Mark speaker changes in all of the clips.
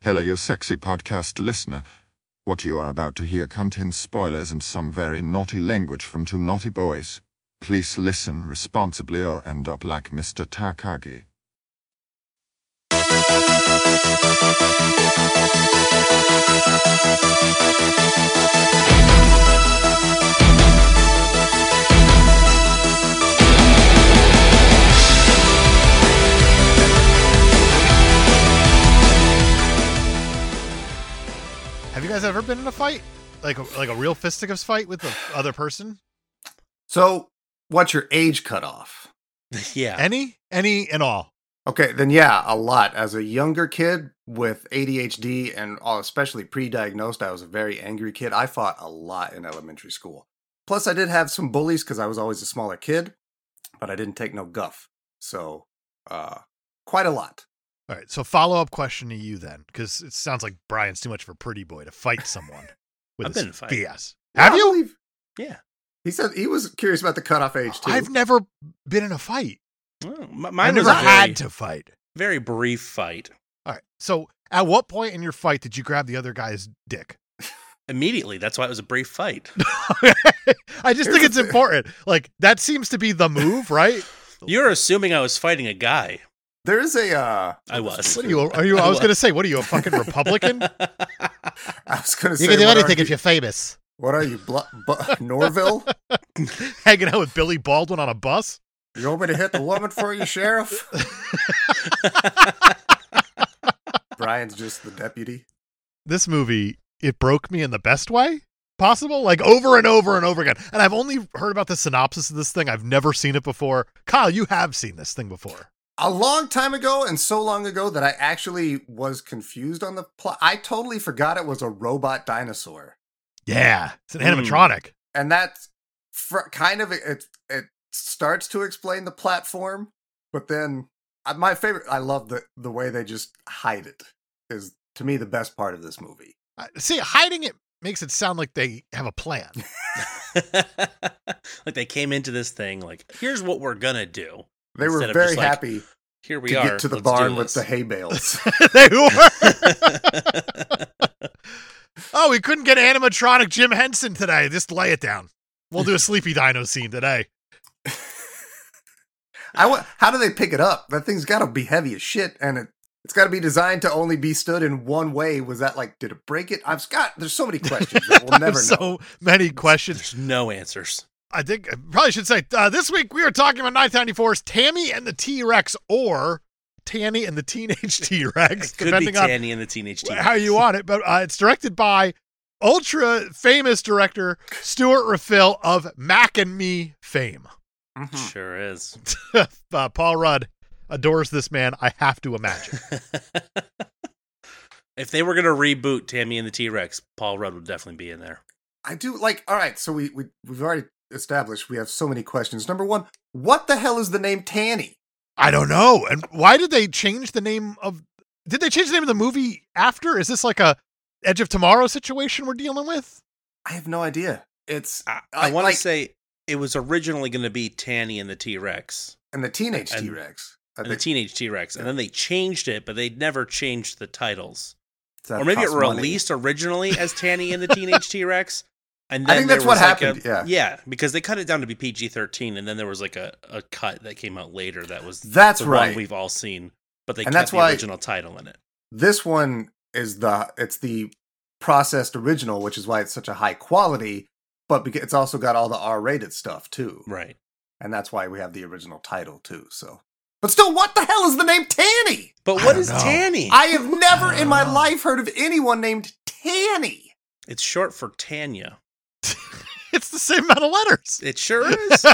Speaker 1: Hello, you sexy podcast listener. What you are about to hear contains spoilers and some very naughty language from two naughty boys. Please listen responsibly or end up like Mr. Takagi.
Speaker 2: Have you guys ever been in a fight, like a, like a real fisticuffs fight with the other person?
Speaker 3: So, what's your age cutoff?
Speaker 4: yeah.
Speaker 2: Any, any, and all.
Speaker 3: Okay, then yeah, a lot. As a younger kid with ADHD and all- especially pre-diagnosed, I was a very angry kid. I fought a lot in elementary school. Plus, I did have some bullies because I was always a smaller kid, but I didn't take no guff. So, uh, quite a lot.
Speaker 2: All right. So follow up question to you then, because it sounds like Brian's too much of a pretty boy to fight someone with
Speaker 4: I've
Speaker 2: his
Speaker 4: been in a fight.
Speaker 2: BS. Have
Speaker 3: I
Speaker 2: you?
Speaker 3: believe-
Speaker 4: Yeah.
Speaker 3: He said he was curious about the cutoff age too.
Speaker 2: I've never been in a fight.
Speaker 4: Well, m-
Speaker 2: I
Speaker 4: mine was
Speaker 2: never
Speaker 4: a
Speaker 2: had
Speaker 4: very,
Speaker 2: to fight.
Speaker 4: very brief fight.
Speaker 2: All right. So at what point in your fight did you grab the other guy's dick?
Speaker 4: Immediately. That's why it was a brief fight.
Speaker 2: I just think it's important. Like that seems to be the move, right?
Speaker 4: You're assuming I was fighting a guy.
Speaker 3: There is a. Uh,
Speaker 4: I was.
Speaker 2: What are you? Are you? I was gonna say, what are you, a fucking Republican?
Speaker 3: I was gonna say what are you-
Speaker 2: you're famous.
Speaker 3: What are you, Bl- Bu- Norville?
Speaker 2: Hanging out with Billy Baldwin on a bus.
Speaker 3: You want me to hit the woman for you, sheriff? Brian's just the deputy.
Speaker 2: This movie it broke me in the best way possible, like over and over and over again. And I've only heard about the synopsis of this thing. I've never seen it before. Kyle, you have seen this thing before.
Speaker 3: A long time ago, and so long ago that I actually was confused on the plot. I totally forgot it was a robot dinosaur,
Speaker 2: Yeah, it's an
Speaker 4: Hmm.
Speaker 2: animatronic.
Speaker 3: and that's fr- kind of it. It starts to explain the platform, but then uh, my favorite. I love the the way they just hide it. Is to me the best part of this movie.
Speaker 2: I- See, hiding it makes it sound like they have a plan.
Speaker 4: like they came into this thing like, here's what we're gonna do.
Speaker 3: They
Speaker 4: Instead
Speaker 3: were
Speaker 4: of
Speaker 3: very
Speaker 4: just, like,
Speaker 3: happy
Speaker 4: Here we
Speaker 3: to
Speaker 4: are.
Speaker 3: get to the
Speaker 4: let's do
Speaker 3: barn with
Speaker 4: this."
Speaker 3: the hay bales.
Speaker 2: they were. oh, we couldn't get animatronic Jim Henson today. Just lay it down. We'll do a sleepy dino scene today.
Speaker 3: I wa- how do they pick it up? That thing's got to be heavy as shit, and it it's got to be designed to only be stood in one way. Was that like, did it break it? I've got there's so many questions that we'll
Speaker 2: I
Speaker 3: never
Speaker 2: have so
Speaker 3: know.
Speaker 2: many questions.
Speaker 4: There's no answers.
Speaker 2: I think I probably should say uh, this week we are talking about 994's Tammy and the T Rex or Tanny and the Teenage T Rex,
Speaker 4: It could be
Speaker 2: depending on
Speaker 4: Tanny and the Teenage Teen.
Speaker 2: how you want it. But uh, it's directed by ultra famous director Stuart Raffil of Mac and Me fame.
Speaker 4: Hmm.
Speaker 3: Hmm. Mm-hmm.
Speaker 4: Sure is.
Speaker 2: uh, Paul Rudd adores this man. I have to imagine.
Speaker 4: if they were gonna reboot Tammy and the T Rex, Paul Rudd would definitely be in there.
Speaker 3: I do like. All right, so we we we've already established we have so many questions. Number one, what the hell is the name Tanny?
Speaker 2: I don't know. And why did they change the name of? Did they change the name of the movie after? Is this like a Edge of Tomorrow situation we're dealing with?
Speaker 3: I have no idea. It's
Speaker 4: I,
Speaker 3: Like-
Speaker 4: want to
Speaker 3: like-
Speaker 4: say it was originally going to be Tanny and the T Rex
Speaker 3: and the teenage
Speaker 4: And-
Speaker 3: T Rex. I
Speaker 4: and the
Speaker 3: think
Speaker 4: Teenage T Rex, and then they changed it, but they never changed the titles.
Speaker 3: that
Speaker 4: or maybe it
Speaker 3: costs money.
Speaker 4: released originally as Tanny and the Teenage T Rex, and
Speaker 3: I
Speaker 4: then
Speaker 3: think
Speaker 4: there
Speaker 3: that's what
Speaker 4: was like a-
Speaker 3: happened, yeah.
Speaker 4: because they cut it down to be PG thirteen, and then there was like a, a cut that came out later that was
Speaker 3: That's
Speaker 4: the
Speaker 3: right.
Speaker 4: one we've all seen, but they
Speaker 3: And
Speaker 4: kept
Speaker 3: that's
Speaker 4: the
Speaker 3: why-
Speaker 4: original title in it.
Speaker 3: this one is the it's the processed original which is why it's such a high quality but beca- it's also got all the r-rated stuff too
Speaker 4: Right.
Speaker 3: and that's why we have the original title too so but still what the hell is the name tanny
Speaker 4: But
Speaker 2: I
Speaker 4: what
Speaker 2: don't
Speaker 4: is
Speaker 2: know.
Speaker 4: Tanny?
Speaker 3: i have never in my life heard of anyone named tanny
Speaker 4: it's short for Tanya.
Speaker 2: It's the same amount of letters.
Speaker 4: It sure is.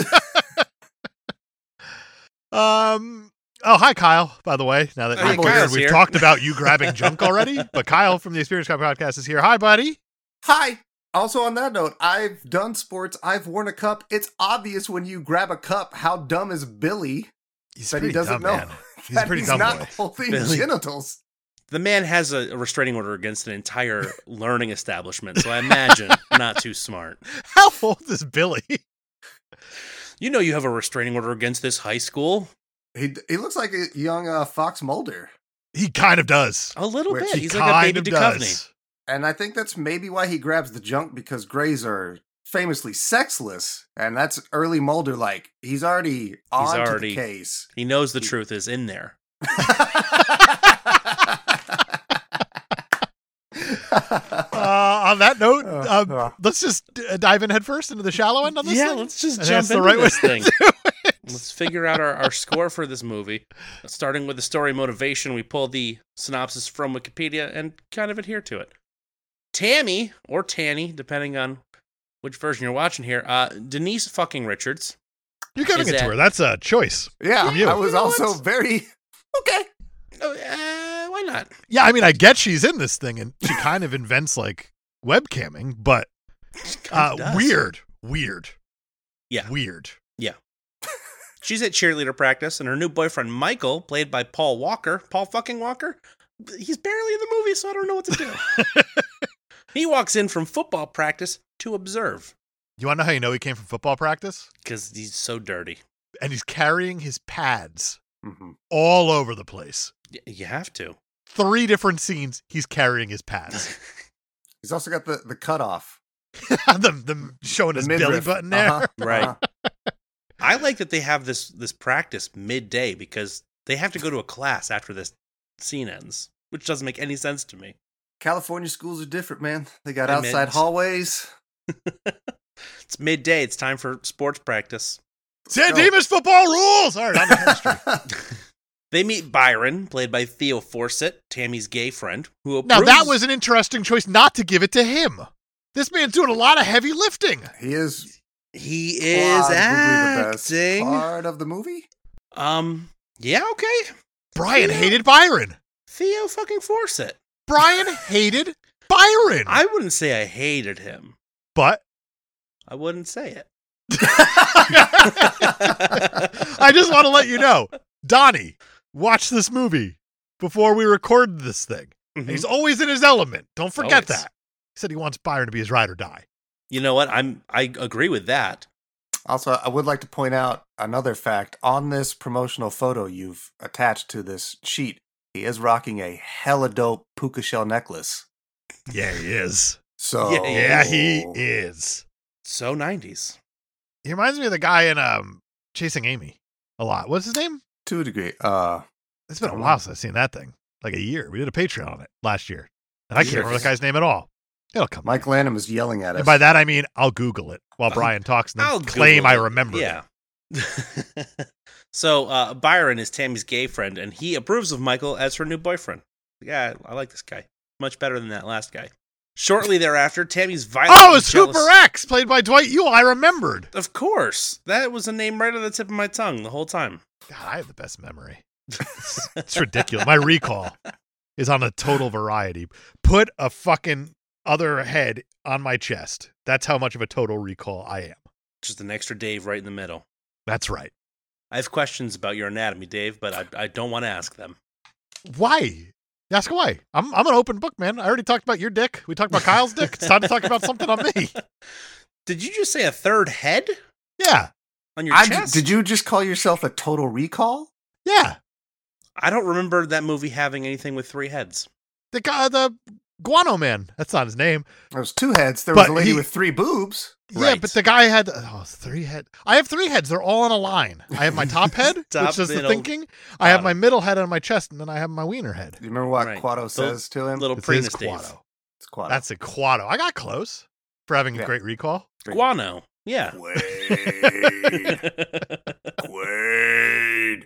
Speaker 2: Um. Oh, hi, Kyle. By the way, now that
Speaker 4: Hey,
Speaker 2: we're clear,
Speaker 4: Kyle's
Speaker 2: we've
Speaker 4: here.
Speaker 2: talked about you grabbing junk already, but Kyle from the Experience Cup podcast is here. Hi, buddy.
Speaker 3: hi also on that note i've done sports i've worn a cup it's obvious when you grab a cup how dumb is billy
Speaker 2: He's
Speaker 3: But he doesn't know.
Speaker 2: He's a
Speaker 3: that
Speaker 2: pretty
Speaker 3: he's
Speaker 2: dumb
Speaker 3: not
Speaker 2: boy.
Speaker 3: holding
Speaker 4: Billy.
Speaker 3: genitals
Speaker 4: the man has a a restraining order against an entire learning establishment, so I imagine not too smart.
Speaker 2: How old is Billy?
Speaker 4: You know, you have a restraining order against this high school.
Speaker 3: he, he looks like a young uh, fox mulder
Speaker 2: He kind of does.
Speaker 4: A little
Speaker 3: Which
Speaker 4: bit.
Speaker 2: He
Speaker 4: He's
Speaker 2: kind
Speaker 4: like a David
Speaker 2: of
Speaker 4: Duchovny.
Speaker 2: does.
Speaker 3: And I think that's maybe why he grabs the junk because Greys are famously sexless, and that's early Mulder like. He's already on
Speaker 4: already-
Speaker 3: the case.
Speaker 4: He knows the truth is in there.
Speaker 2: Uh, on that note,
Speaker 3: Uh,
Speaker 2: um,
Speaker 3: uh.
Speaker 2: let's just d- dive in headfirst into the shallow end on this
Speaker 4: yeah,
Speaker 2: thing.
Speaker 4: let's just
Speaker 2: And
Speaker 4: jump
Speaker 2: that's
Speaker 4: into
Speaker 2: the right way
Speaker 4: this
Speaker 2: to
Speaker 4: thing. Let's figure out our, our score for this movie. Starting with the story motivation, we pull the synopsis from Wikipedia and kind of adhere to it. Tammy, or Tanny, depending on which version you're watching here, uh, Denise fucking Richards.
Speaker 2: You're giving
Speaker 4: Is
Speaker 2: it to
Speaker 4: that-
Speaker 2: her. That's a choice.
Speaker 3: yeah,
Speaker 2: From you.
Speaker 3: I was
Speaker 4: You know
Speaker 3: also
Speaker 4: what?
Speaker 3: very okay.
Speaker 4: Oh, uh, why not?
Speaker 2: Yeah, I mean, I get she's in this thing and she kind of invents like webcamming, but
Speaker 4: She kinda
Speaker 2: uh,
Speaker 4: does.
Speaker 2: weird, weird,
Speaker 4: Yeah.
Speaker 2: weird.
Speaker 4: She's at cheerleader practice, and her new boyfriend, Michael, played by Paul Walker, Paul fucking Walker, he's barely in the movie, so I don't know what to do. he walks in from football practice to observe
Speaker 2: You want to know how you know he came from football practice?
Speaker 4: because he's so dirty.
Speaker 2: And he's carrying his pads
Speaker 3: Mhm.
Speaker 2: all over the place.
Speaker 4: Y- you have to.
Speaker 2: Three different scenes, he's carrying his pads.
Speaker 3: He's also got the the cutoff,
Speaker 2: the, the showing
Speaker 3: the
Speaker 2: his belly
Speaker 3: midriff.
Speaker 2: button there.
Speaker 3: Uh-huh,
Speaker 4: Right.
Speaker 3: uh-huh.
Speaker 4: I like that they have this this practice midday because they have to go to a class after this scene ends, which doesn't make any sense to me.
Speaker 3: California schools are different, man. They got
Speaker 4: I meant-
Speaker 3: outside hallways.
Speaker 4: It's midday. It's time for sports practice.
Speaker 2: San
Speaker 3: No.
Speaker 2: Dimas football rules. All right, I'm chemistry.
Speaker 4: They meet Byron, played by Theo Forsett, Tammy's gay friend, who
Speaker 2: now
Speaker 4: approves-
Speaker 2: that was an interesting choice not to give it to him. This man's doing a lot of heavy lifting.
Speaker 3: he is
Speaker 4: he is
Speaker 3: probably the best
Speaker 4: acting.
Speaker 3: part of the movie.
Speaker 4: Um, yeah, okay.
Speaker 2: Brian
Speaker 4: Yeah.
Speaker 2: hated Byron.
Speaker 4: Theo fucking Forsett.
Speaker 2: Brian hated Byron.
Speaker 4: I wouldn't say I hated him.
Speaker 2: but
Speaker 4: I wouldn't say it.
Speaker 2: I just want to let you know, Donnie, watch this movie before we record this thing.
Speaker 4: Mhm.
Speaker 2: He's always in his element. Don't forget
Speaker 4: Always.
Speaker 2: that. He said he wants Byron to be his ride or die.
Speaker 4: You know what? I'm I agree with that.
Speaker 3: Also, I would like to point out another fact on this promotional photo you've attached to this sheet. He is rocking a hella dope puka shell necklace.
Speaker 2: Yeah, he is.
Speaker 3: So
Speaker 4: Yeah,
Speaker 2: Yeah, he
Speaker 3: Oh.
Speaker 2: is.
Speaker 4: So 90s.
Speaker 2: He reminds me of the guy in um, Chasing Amy a lot. What's his name?
Speaker 3: to a degree. Uh,
Speaker 2: It's been a
Speaker 3: Don't
Speaker 2: while
Speaker 3: know.
Speaker 2: since I've seen that thing. Like a year. We did a Patreon on it last year. And I can't
Speaker 4: Years.
Speaker 2: remember the guy's name at all. It'll come.
Speaker 3: Mike Lanham is yelling at us.
Speaker 2: and by that I mean I'll Google it while Brian talks and then
Speaker 4: I'll
Speaker 2: claim
Speaker 4: Google
Speaker 2: I
Speaker 4: it.
Speaker 2: remember.
Speaker 4: Yeah. so uh, Byron is Tammy's gay friend, and he approves of Michael as her new boyfriend. Yeah, I like this guy much better than that last guy. Shortly thereafter, Tammy's
Speaker 2: it.
Speaker 4: violent.
Speaker 2: Oh,
Speaker 4: and
Speaker 2: it's
Speaker 4: jealous-
Speaker 2: Hooper X played by Dwight Ewell. I remembered.
Speaker 4: Of course, that was a name right on the tip of my tongue the whole time.
Speaker 2: God, I have the best memory. It's ridiculous. My recall is on a total variety. Put a fucking other head on my chest. That's how much of a total recall I am.
Speaker 4: Just an extra Dave right in the middle.
Speaker 2: That's right.
Speaker 4: I have questions about your anatomy, Dave, but I, I don't want to ask them.
Speaker 2: Why? Ask why. I'm I'm an open book, man. I already talked about your dick. We talked about Kyle's dick. It's time to talk about something on me.
Speaker 4: Did you just say a third head
Speaker 2: Yeah.
Speaker 4: on your
Speaker 3: I,
Speaker 4: chest?
Speaker 3: did you just call yourself a total recall?
Speaker 2: Yeah.
Speaker 4: I don't remember that movie having anything with three heads.
Speaker 2: The guy the guano man. That's not his name.
Speaker 3: There was two heads. There
Speaker 2: But
Speaker 3: was a lady
Speaker 2: he-
Speaker 3: with three boobs.
Speaker 2: Yeah,
Speaker 4: Right.
Speaker 2: but the guy had oh, three head. I have three heads. They're all on a line. I have my top head,
Speaker 4: Top,
Speaker 2: which is the
Speaker 4: middle,
Speaker 2: thinking. I have
Speaker 4: bottom.
Speaker 2: my middle head on my chest, and then I have my wiener head.
Speaker 3: Do you remember what
Speaker 4: Right.
Speaker 3: Quado
Speaker 4: Those
Speaker 3: Um, says to him?
Speaker 4: Little
Speaker 2: It's his
Speaker 4: Prius Dave.
Speaker 2: quado.
Speaker 3: it's Quado.
Speaker 2: That's a quado. I got close for having a
Speaker 3: Yeah.
Speaker 2: great recall.
Speaker 4: Guano. Yeah.
Speaker 3: Quaid. Quaid.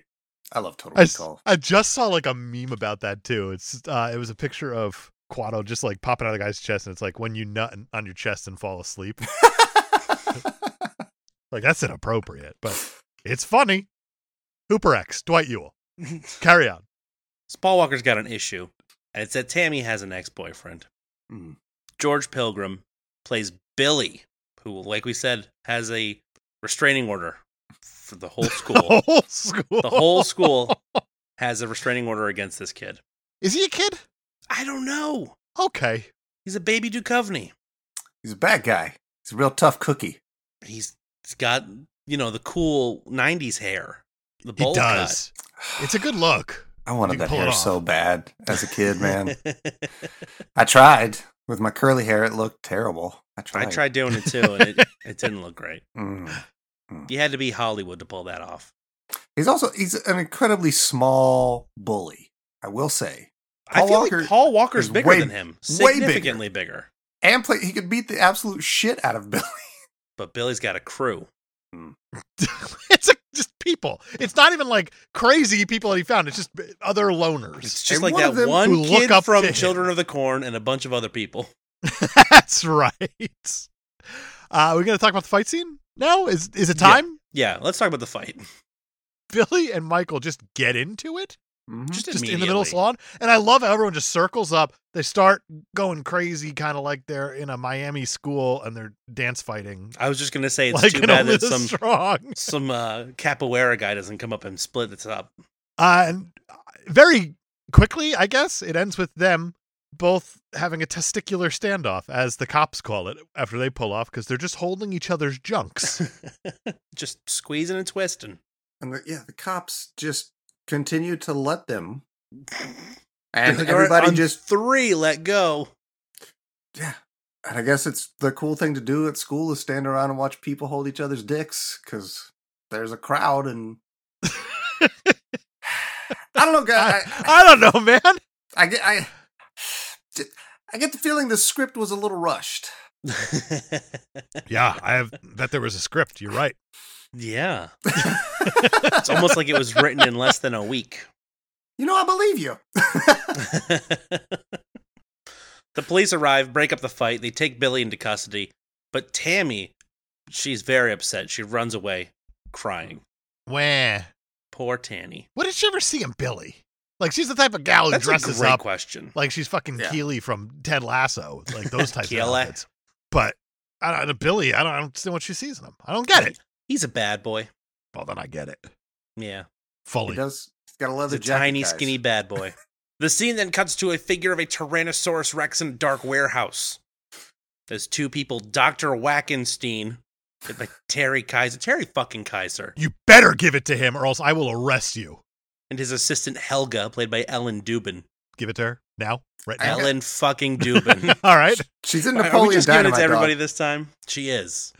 Speaker 3: I love Total
Speaker 2: I, s-
Speaker 3: Recall.
Speaker 2: I just saw like a meme about that too. It's uh, it was a picture of Quado just like popping out of the guy's chest, and it's like when you nut in- on your chest and fall asleep. Like that's inappropriate, but it's funny. Hooper X, Dwight Ewell, carry on.
Speaker 4: So Paul Walker's got an issue, and it's that Tammy has an ex boyfriend.
Speaker 3: Mm.
Speaker 4: George Pilgrim plays Billy, who, like we said, has a restraining order for the whole
Speaker 2: The
Speaker 4: school.
Speaker 2: whole school.
Speaker 4: the whole school has a restraining order against this kid.
Speaker 2: Is he a kid?
Speaker 4: I don't know.
Speaker 2: Okay.
Speaker 4: He's a baby Duchovny.
Speaker 3: He's a bad guy. He's a real tough cookie.
Speaker 4: He's, he's got, you know, the cool 90s hair. The
Speaker 2: He
Speaker 4: bowl cut.
Speaker 2: does. It's a good look.
Speaker 3: I wanted
Speaker 2: You
Speaker 3: that
Speaker 2: pull it
Speaker 3: hair
Speaker 2: off.
Speaker 3: so bad as a kid, man. I tried with my curly hair; it looked terrible. I tried.
Speaker 4: I tried doing it too, and it, it didn't look great.
Speaker 3: Mm.
Speaker 4: You had to be Hollywood to pull that off.
Speaker 3: He's also he's an incredibly small bully. I will say,
Speaker 4: I
Speaker 3: Paul
Speaker 4: feel
Speaker 3: Walker
Speaker 4: like Paul Walker's
Speaker 3: is
Speaker 4: bigger
Speaker 3: way-
Speaker 4: than him,
Speaker 3: way bigger.
Speaker 4: significantly bigger.
Speaker 3: and play he could beat the absolute shit out of Billy.
Speaker 4: But Billy's got a crew.
Speaker 2: it's like just people. It's not even like crazy people that he found. It's just other loners.
Speaker 4: It's
Speaker 3: And
Speaker 4: just like
Speaker 3: one of
Speaker 4: that
Speaker 3: them
Speaker 4: one
Speaker 2: who look
Speaker 4: kid
Speaker 2: up
Speaker 4: from
Speaker 2: to him.
Speaker 4: Children of the Corn and a bunch of other people.
Speaker 2: That's right. Uh, we're gonna talk about the fight scene now. Is is it
Speaker 4: Yeah.
Speaker 2: time?
Speaker 4: Yeah, let's talk about the fight.
Speaker 2: Billy and Michael just get into it.
Speaker 3: Mhm.
Speaker 4: Just,
Speaker 2: just in the middle of
Speaker 4: immediately.
Speaker 2: the salon. And I love how everyone just circles up. They start going crazy, kind of like they're in a Miami school and they're dance fighting.
Speaker 4: I was just gonna say it's
Speaker 2: like
Speaker 4: too
Speaker 2: in
Speaker 4: bad
Speaker 2: Only
Speaker 4: that
Speaker 2: the
Speaker 4: some
Speaker 2: strong.
Speaker 4: some uh, capoeira guy doesn't come up and split this up.
Speaker 2: Uh, and uh, very quickly, I guess, it ends with them both having a testicular standoff, as the cops call it, after they pull off, because they're just holding each other's junks.
Speaker 4: just squeezing and twisting.
Speaker 3: And the, yeah, the cops just continue to let them, and
Speaker 4: Like, all right,
Speaker 3: everybody
Speaker 4: on
Speaker 3: just
Speaker 4: three. Let go.
Speaker 3: yeah. And I guess it's the cool thing to do at school is stand around and watch people hold each other's dicks because there's a crowd and. I don't know, guy.
Speaker 2: I, I don't know, man.
Speaker 3: I get I I get the feeling the script was a little rushed.
Speaker 2: Yeah, I have bet there was a script. You're right.
Speaker 4: yeah, it's almost like it was written in less than a week.
Speaker 3: You know, I believe you.
Speaker 4: the police arrive, break up the fight. They take Billy into custody, but Tammy, she's very upset. She runs away, crying.
Speaker 2: Wah.
Speaker 4: Poor Tanny.
Speaker 2: What did she ever see in Billy? Like she's the type of gal who
Speaker 4: That's a
Speaker 2: dresses
Speaker 4: great
Speaker 2: up
Speaker 4: question.
Speaker 2: like she's fucking
Speaker 3: Yeah.
Speaker 2: Keely from Ted Lasso, It's like those types of
Speaker 4: Keely.
Speaker 2: outfits. But I don't know, Billy, I don't, I don't understand what she sees in him. I don't get it.
Speaker 4: He's a bad boy.
Speaker 2: Well, then I get it
Speaker 4: Yeah.
Speaker 3: He
Speaker 2: fully.
Speaker 3: does. He's got a leather
Speaker 4: The
Speaker 3: jacket.
Speaker 4: tiny,
Speaker 3: guys.
Speaker 4: skinny bad boy. the scene then cuts to a figure of a Tyrannosaurus Rex in a dark warehouse. There's two people, Dr. Wackenstein, like Terry Kaiser, Terry fucking Kaiser,
Speaker 2: You better give it to him, or else I will arrest you.
Speaker 4: and his assistant Helga, played by Ellen Dubin.
Speaker 2: Give it to her now, right
Speaker 3: I-
Speaker 2: now.
Speaker 4: Ellen fucking Dubin.
Speaker 2: All right.
Speaker 3: She's in
Speaker 4: Are we
Speaker 3: Napoleon
Speaker 4: just giving it
Speaker 3: Dynamite.
Speaker 4: to everybody
Speaker 3: dog.
Speaker 4: this time? She is.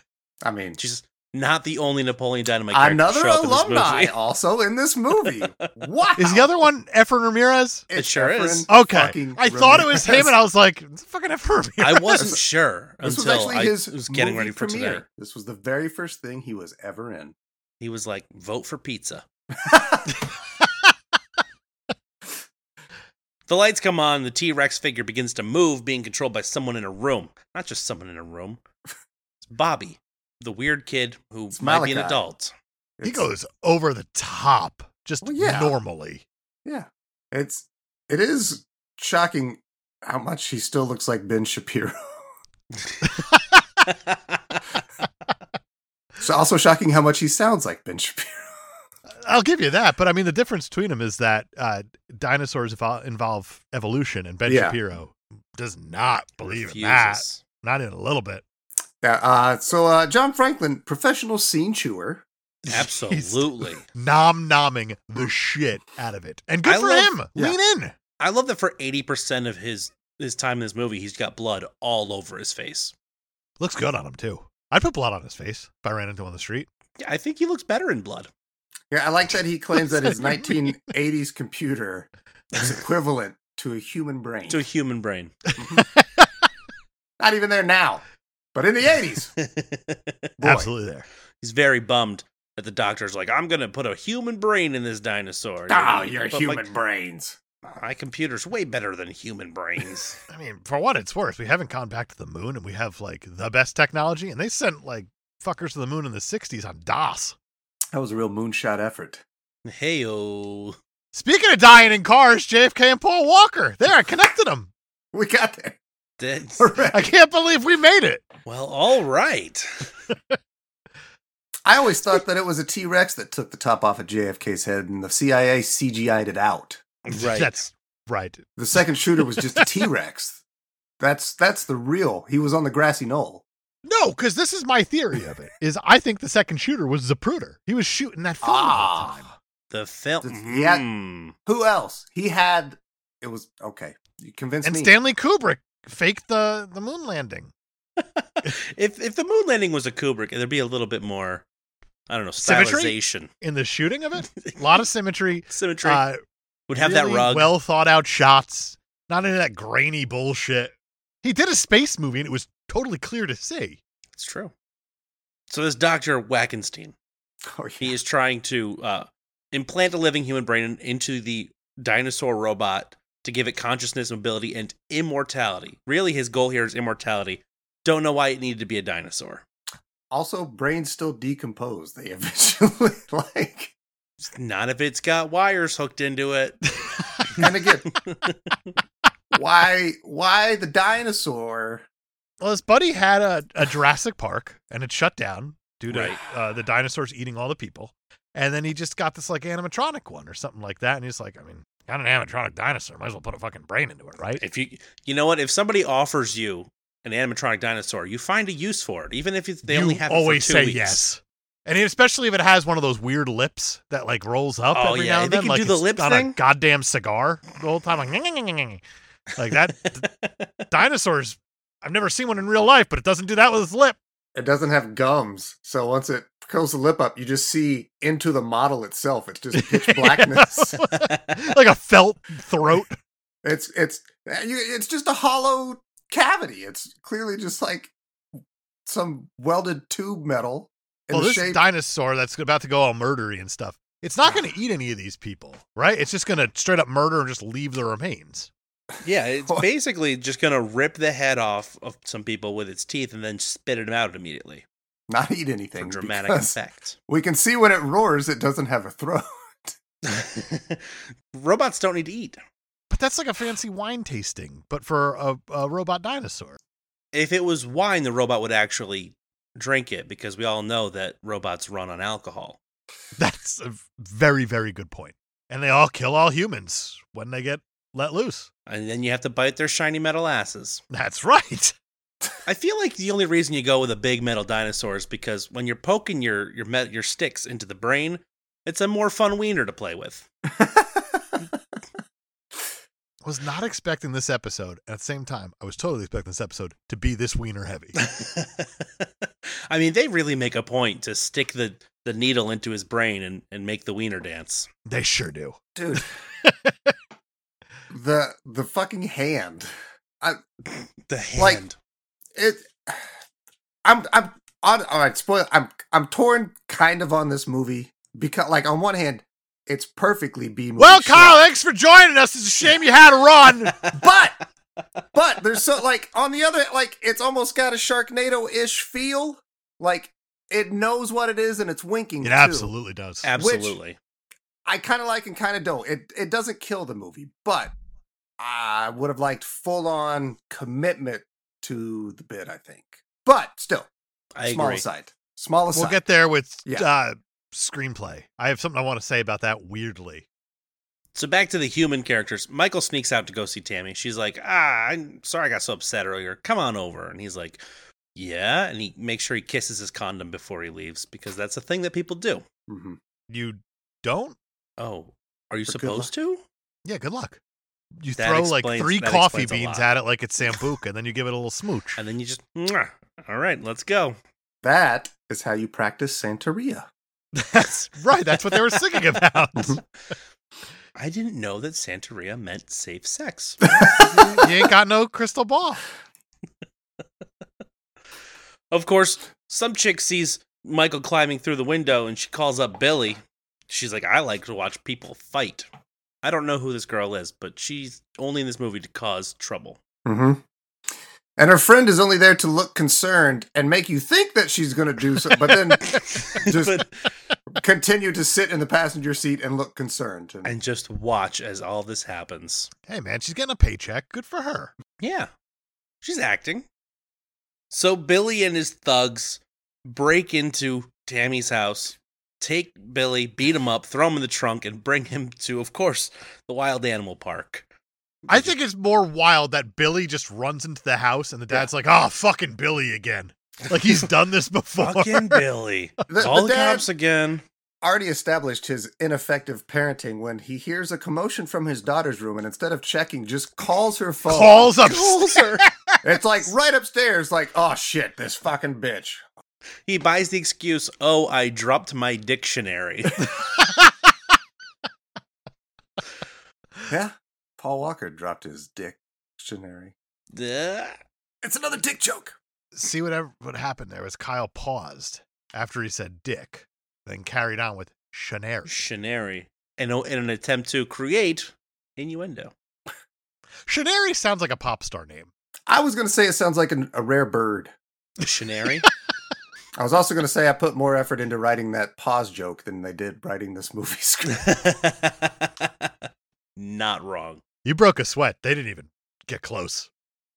Speaker 3: I mean,
Speaker 4: She's not the only Napoleon Dynamite character to
Speaker 3: another
Speaker 4: show up in this
Speaker 3: alumni
Speaker 4: movie.
Speaker 3: also in this movie. wow.
Speaker 2: Is the other one Efren Ramirez?
Speaker 4: It sure is.
Speaker 3: Efren
Speaker 2: Okay.
Speaker 3: fucking
Speaker 2: I thought it was
Speaker 3: Ramirez.
Speaker 2: him, and I was like, it's fucking Efren Ramirez.
Speaker 4: I wasn't sure
Speaker 3: This was
Speaker 4: until
Speaker 3: actually
Speaker 4: I
Speaker 3: his
Speaker 4: was getting
Speaker 3: movie
Speaker 4: ready for
Speaker 3: premiere.
Speaker 4: today.
Speaker 3: This was the very first thing he was ever in.
Speaker 4: He was like, "Vote for pizza." The lights come on, the T Rex figure begins to move, being controlled by someone in a room. Not just someone in a room. It's Bobby, the weird kid who
Speaker 3: It's
Speaker 4: might be an
Speaker 3: Malachi.
Speaker 4: adult.
Speaker 2: He
Speaker 3: It's-
Speaker 2: goes over the top, just
Speaker 3: Well, yeah.
Speaker 2: normally.
Speaker 3: Yeah. It's it is shocking how much he still looks like Ben Shapiro. It's also shocking how much he sounds like Ben Shapiro.
Speaker 2: I'll give you that, but I mean the difference between them is that uh, dinosaurs evol- involve evolution, and Ben
Speaker 3: Yeah.
Speaker 2: Shapiro does not believe in that.
Speaker 4: Refuses.
Speaker 2: Not in a little bit.
Speaker 3: Yeah, uh, so uh, John Franklin, professional scene chewer.
Speaker 4: Absolutely.
Speaker 2: Nom nomming the shit out of it, and good
Speaker 4: I
Speaker 2: for
Speaker 4: love-
Speaker 2: him.
Speaker 3: yeah.
Speaker 2: Lean in.
Speaker 4: I love that for 80% of his, his time in this movie, he's got blood all over his face.
Speaker 2: Looks good on him too. I'd put blood on his face if I ran into him on the street.
Speaker 4: Yeah, I think he looks better in blood.
Speaker 3: Yeah, I like that he claims that his
Speaker 2: What do you mean?
Speaker 3: 1980s computer is equivalent to a human brain.
Speaker 4: To a human brain.
Speaker 3: Not even there now, but in the 80s. Boy.
Speaker 2: Absolutely there.
Speaker 4: he's very bummed that the doctor's like, I'm going to put a human brain in this dinosaur.
Speaker 2: Ah,
Speaker 3: Oh, your
Speaker 4: But my-
Speaker 3: human brains.
Speaker 4: my computer's way better than human brains.
Speaker 2: I mean, for what it's worth, we haven't gone back to the moon, and we have like the best technology, and they sent like fuckers to the moon in the '60s on DOS.
Speaker 3: That was a real moonshot effort.
Speaker 4: hey, oh.
Speaker 2: Speaking of dying in cars, JFK and Paul Walker. There, I connected them.
Speaker 3: We got there.
Speaker 4: That's,
Speaker 2: I can't believe we made it.
Speaker 4: well, all right.
Speaker 3: I always thought that it was a T Rex that took the top off of JFK's head and the CIA CGI'd it out.
Speaker 4: Right.
Speaker 2: That's right.
Speaker 3: The second shooter was just a T Rex. That's that's the real. He was on the grassy knoll.
Speaker 2: No, because this
Speaker 3: Ah,
Speaker 2: Ah. is my theory of it. Is I think the second shooter was Zapruder. He was shooting that film all the time.
Speaker 4: The film.
Speaker 3: This- yeah.
Speaker 4: Mm.
Speaker 3: Who else? He had. It was okay. You convinced
Speaker 2: and
Speaker 3: me.
Speaker 2: Stanley Kubrick faked the the moon landing.
Speaker 4: If if the moon landing was a Kubrick, there'd be a little bit more. I don't know
Speaker 2: Symmetry?
Speaker 4: stylization,
Speaker 2: in the shooting of it. A lot of symmetry.
Speaker 4: symmetry.
Speaker 2: Uh,
Speaker 4: Would have that
Speaker 2: really
Speaker 4: rug.
Speaker 2: Well thought out shots. Not any of that grainy bullshit. He did a space movie and it was totally clear to see.
Speaker 4: it's true. So this Doctor Wackenstein,
Speaker 3: Oh,
Speaker 4: he
Speaker 3: yeah.
Speaker 4: is trying to uh, implant a living human brain into the dinosaur robot to give it consciousness, mobility, and immortality. Really, his goal here is immortality. Don't know why it needed to be a dinosaur.
Speaker 3: Also, brains still decompose. They eventually like.
Speaker 4: Not if it's got wires hooked into it.
Speaker 3: And again, why? Why the dinosaur?
Speaker 2: Well, his buddy had a, a Jurassic Park and it shut down due to
Speaker 4: Right.
Speaker 2: uh, the dinosaurs eating all the people. And then he just got this like animatronic one or something like that. And he's like, I mean, got an animatronic dinosaur. Might as well put a fucking brain into it, right?
Speaker 4: if you, you know what? If somebody offers you an animatronic dinosaur, you find a use for it, even if it's, they
Speaker 2: you
Speaker 4: only have
Speaker 2: always
Speaker 4: it for two
Speaker 2: say
Speaker 4: weeks.
Speaker 2: yes. And especially if it has one of those weird lips that like rolls up
Speaker 4: Oh,
Speaker 2: every
Speaker 4: yeah.
Speaker 2: now
Speaker 4: If
Speaker 2: and
Speaker 4: they
Speaker 2: then,
Speaker 4: can
Speaker 2: like
Speaker 4: do the
Speaker 2: it's
Speaker 4: lip
Speaker 2: on a
Speaker 4: thing.
Speaker 2: goddamn cigar the whole time, like, like that. dinosaurs, I've never seen one in real life, but it doesn't do that with its lip.
Speaker 3: It doesn't have gums, so once it curls the lip up, you just see into the model itself. It's just pitch blackness.
Speaker 2: like a felt throat.
Speaker 3: It's it's eh, you- it's just a hollow cavity. It's clearly just like some welded tube metal in
Speaker 2: Well,
Speaker 3: the
Speaker 2: this
Speaker 3: shape.
Speaker 2: dinosaur that's about to go all murdery and stuff, it's not going to eat any of these people, right? It's just going to straight up murder and just leave the remains.
Speaker 4: Yeah, it's
Speaker 3: What?
Speaker 4: basically just gonna rip the head off of some people with its teeth and then spit it out immediately
Speaker 3: not eat
Speaker 4: for
Speaker 3: anything.
Speaker 4: dramatic
Speaker 3: because
Speaker 4: effect.
Speaker 3: We can see when it roars, it doesn't have a throat.
Speaker 4: Robots don't need to eat.
Speaker 2: But that's like a fancy wine tasting, but for a, a robot dinosaur.
Speaker 4: If it was wine, the robot would actually drink it because we all know that robots run on alcohol.
Speaker 2: That's a very, very good point. And they all kill all humans when they get let loose.
Speaker 4: And then you have to bite their shiny metal asses.
Speaker 2: That's right.
Speaker 4: I feel like the only reason you go with a big metal dinosaur is because when you're poking your your met, your sticks into the brain, it's a more fun wiener to play with.
Speaker 2: Was not expecting this episode. At the same time, I was totally expecting this episode to be this wiener heavy.
Speaker 4: I mean, they really make a point to stick the, the needle into his brain and, and make the wiener dance.
Speaker 2: they sure do.
Speaker 3: Dude. the the fucking hand.
Speaker 4: The
Speaker 3: Like-
Speaker 4: hand.
Speaker 3: It I'm I'm on all right, spoil I'm I'm torn kind of on this movie because like on one hand, it's perfectly B movie.
Speaker 2: Well,
Speaker 3: shot.
Speaker 2: Kyle, thanks for joining us. It's a shame you had to run.
Speaker 3: but but there's so like on the other like it's almost got a Sharknado ish feel. Like it knows what it is and it's winking.
Speaker 2: It
Speaker 3: too.
Speaker 2: absolutely does.
Speaker 4: Absolutely.
Speaker 3: I kind of like and kind of don't. It it doesn't kill the movie, but I would have liked full on commitment to the bid. I think, but still,
Speaker 4: I
Speaker 3: small
Speaker 4: agree.
Speaker 3: aside, small aside.
Speaker 2: We'll get there with
Speaker 3: Yeah.
Speaker 2: uh, screenplay. I have something I want to say about that weirdly.
Speaker 4: So back to the human characters. Michael sneaks out to go see Tammy. She's like, ah, I'm sorry I got so upset earlier. Come on over. And he's like, yeah. And he makes sure he kisses his condom before he leaves because that's a thing that people do.
Speaker 3: Mhm.
Speaker 2: You don't?
Speaker 4: Oh, are you
Speaker 3: For good
Speaker 4: supposed to?
Speaker 2: Yeah, good luck. You
Speaker 4: That
Speaker 2: throw like
Speaker 4: explains-
Speaker 2: three
Speaker 4: that
Speaker 2: coffee
Speaker 4: explains a
Speaker 2: beans
Speaker 4: lot.
Speaker 2: at it like it's Sambuca, and then you give it a little smooch.
Speaker 4: And then you just, "Mwah. all right, let's go.
Speaker 3: That is how you practice Santeria.
Speaker 2: That's right. That's what they were singing about.
Speaker 4: I didn't know that Santeria meant safe sex.
Speaker 2: you ain't got no crystal ball.
Speaker 4: Of course, some chick sees Michael climbing through the window and she calls up Billy. She's like, I like to watch people fight. I don't know who this girl is, but she's only in this movie to cause trouble.
Speaker 3: hmm And her friend is only there to look concerned and make you think that she's going to do so, but then Just-
Speaker 4: But-
Speaker 3: continue to sit in the passenger seat and look concerned. And,
Speaker 4: and just watch as all this happens.
Speaker 2: Hey man, she's getting a paycheck. Good for her.
Speaker 4: Yeah. She's acting. So Billy and his thugs break into Tammy's house, take Billy, beat him up, throw him in the trunk, and bring him to, of course, the wild animal park.
Speaker 2: I think it's more wild that Billy just runs into the house and the dad's like, "Oh, fucking Billy again." Like he's done this before.
Speaker 4: Fucking Billy.
Speaker 3: the,
Speaker 4: Call
Speaker 3: the
Speaker 4: the
Speaker 3: dad,
Speaker 4: cops again.
Speaker 3: already established his ineffective parenting when he hears a commotion from his daughter's room and instead of checking, just calls her phone.
Speaker 2: Calls up.
Speaker 4: Calls her.
Speaker 3: It's like right upstairs, like, oh shit, this fucking bitch.
Speaker 4: He buys the excuse, "Oh, I dropped my dictionary."
Speaker 3: Yeah. Paul Walker dropped his dictionary.
Speaker 4: Duh.
Speaker 3: It's another dick joke.
Speaker 2: See what ev- what happened there was Kyle paused after he said Dick, then carried on with Shaneri.
Speaker 4: Dictionary, and in an attempt to create innuendo.
Speaker 2: Shaneri sounds like a pop star name.
Speaker 3: I was going to say it sounds like an, a rare bird.
Speaker 4: Dictionary.
Speaker 3: I was also going to say I put more effort into writing that pause joke than they did writing this movie script.
Speaker 4: Not wrong.
Speaker 2: You broke a sweat. They didn't even get close.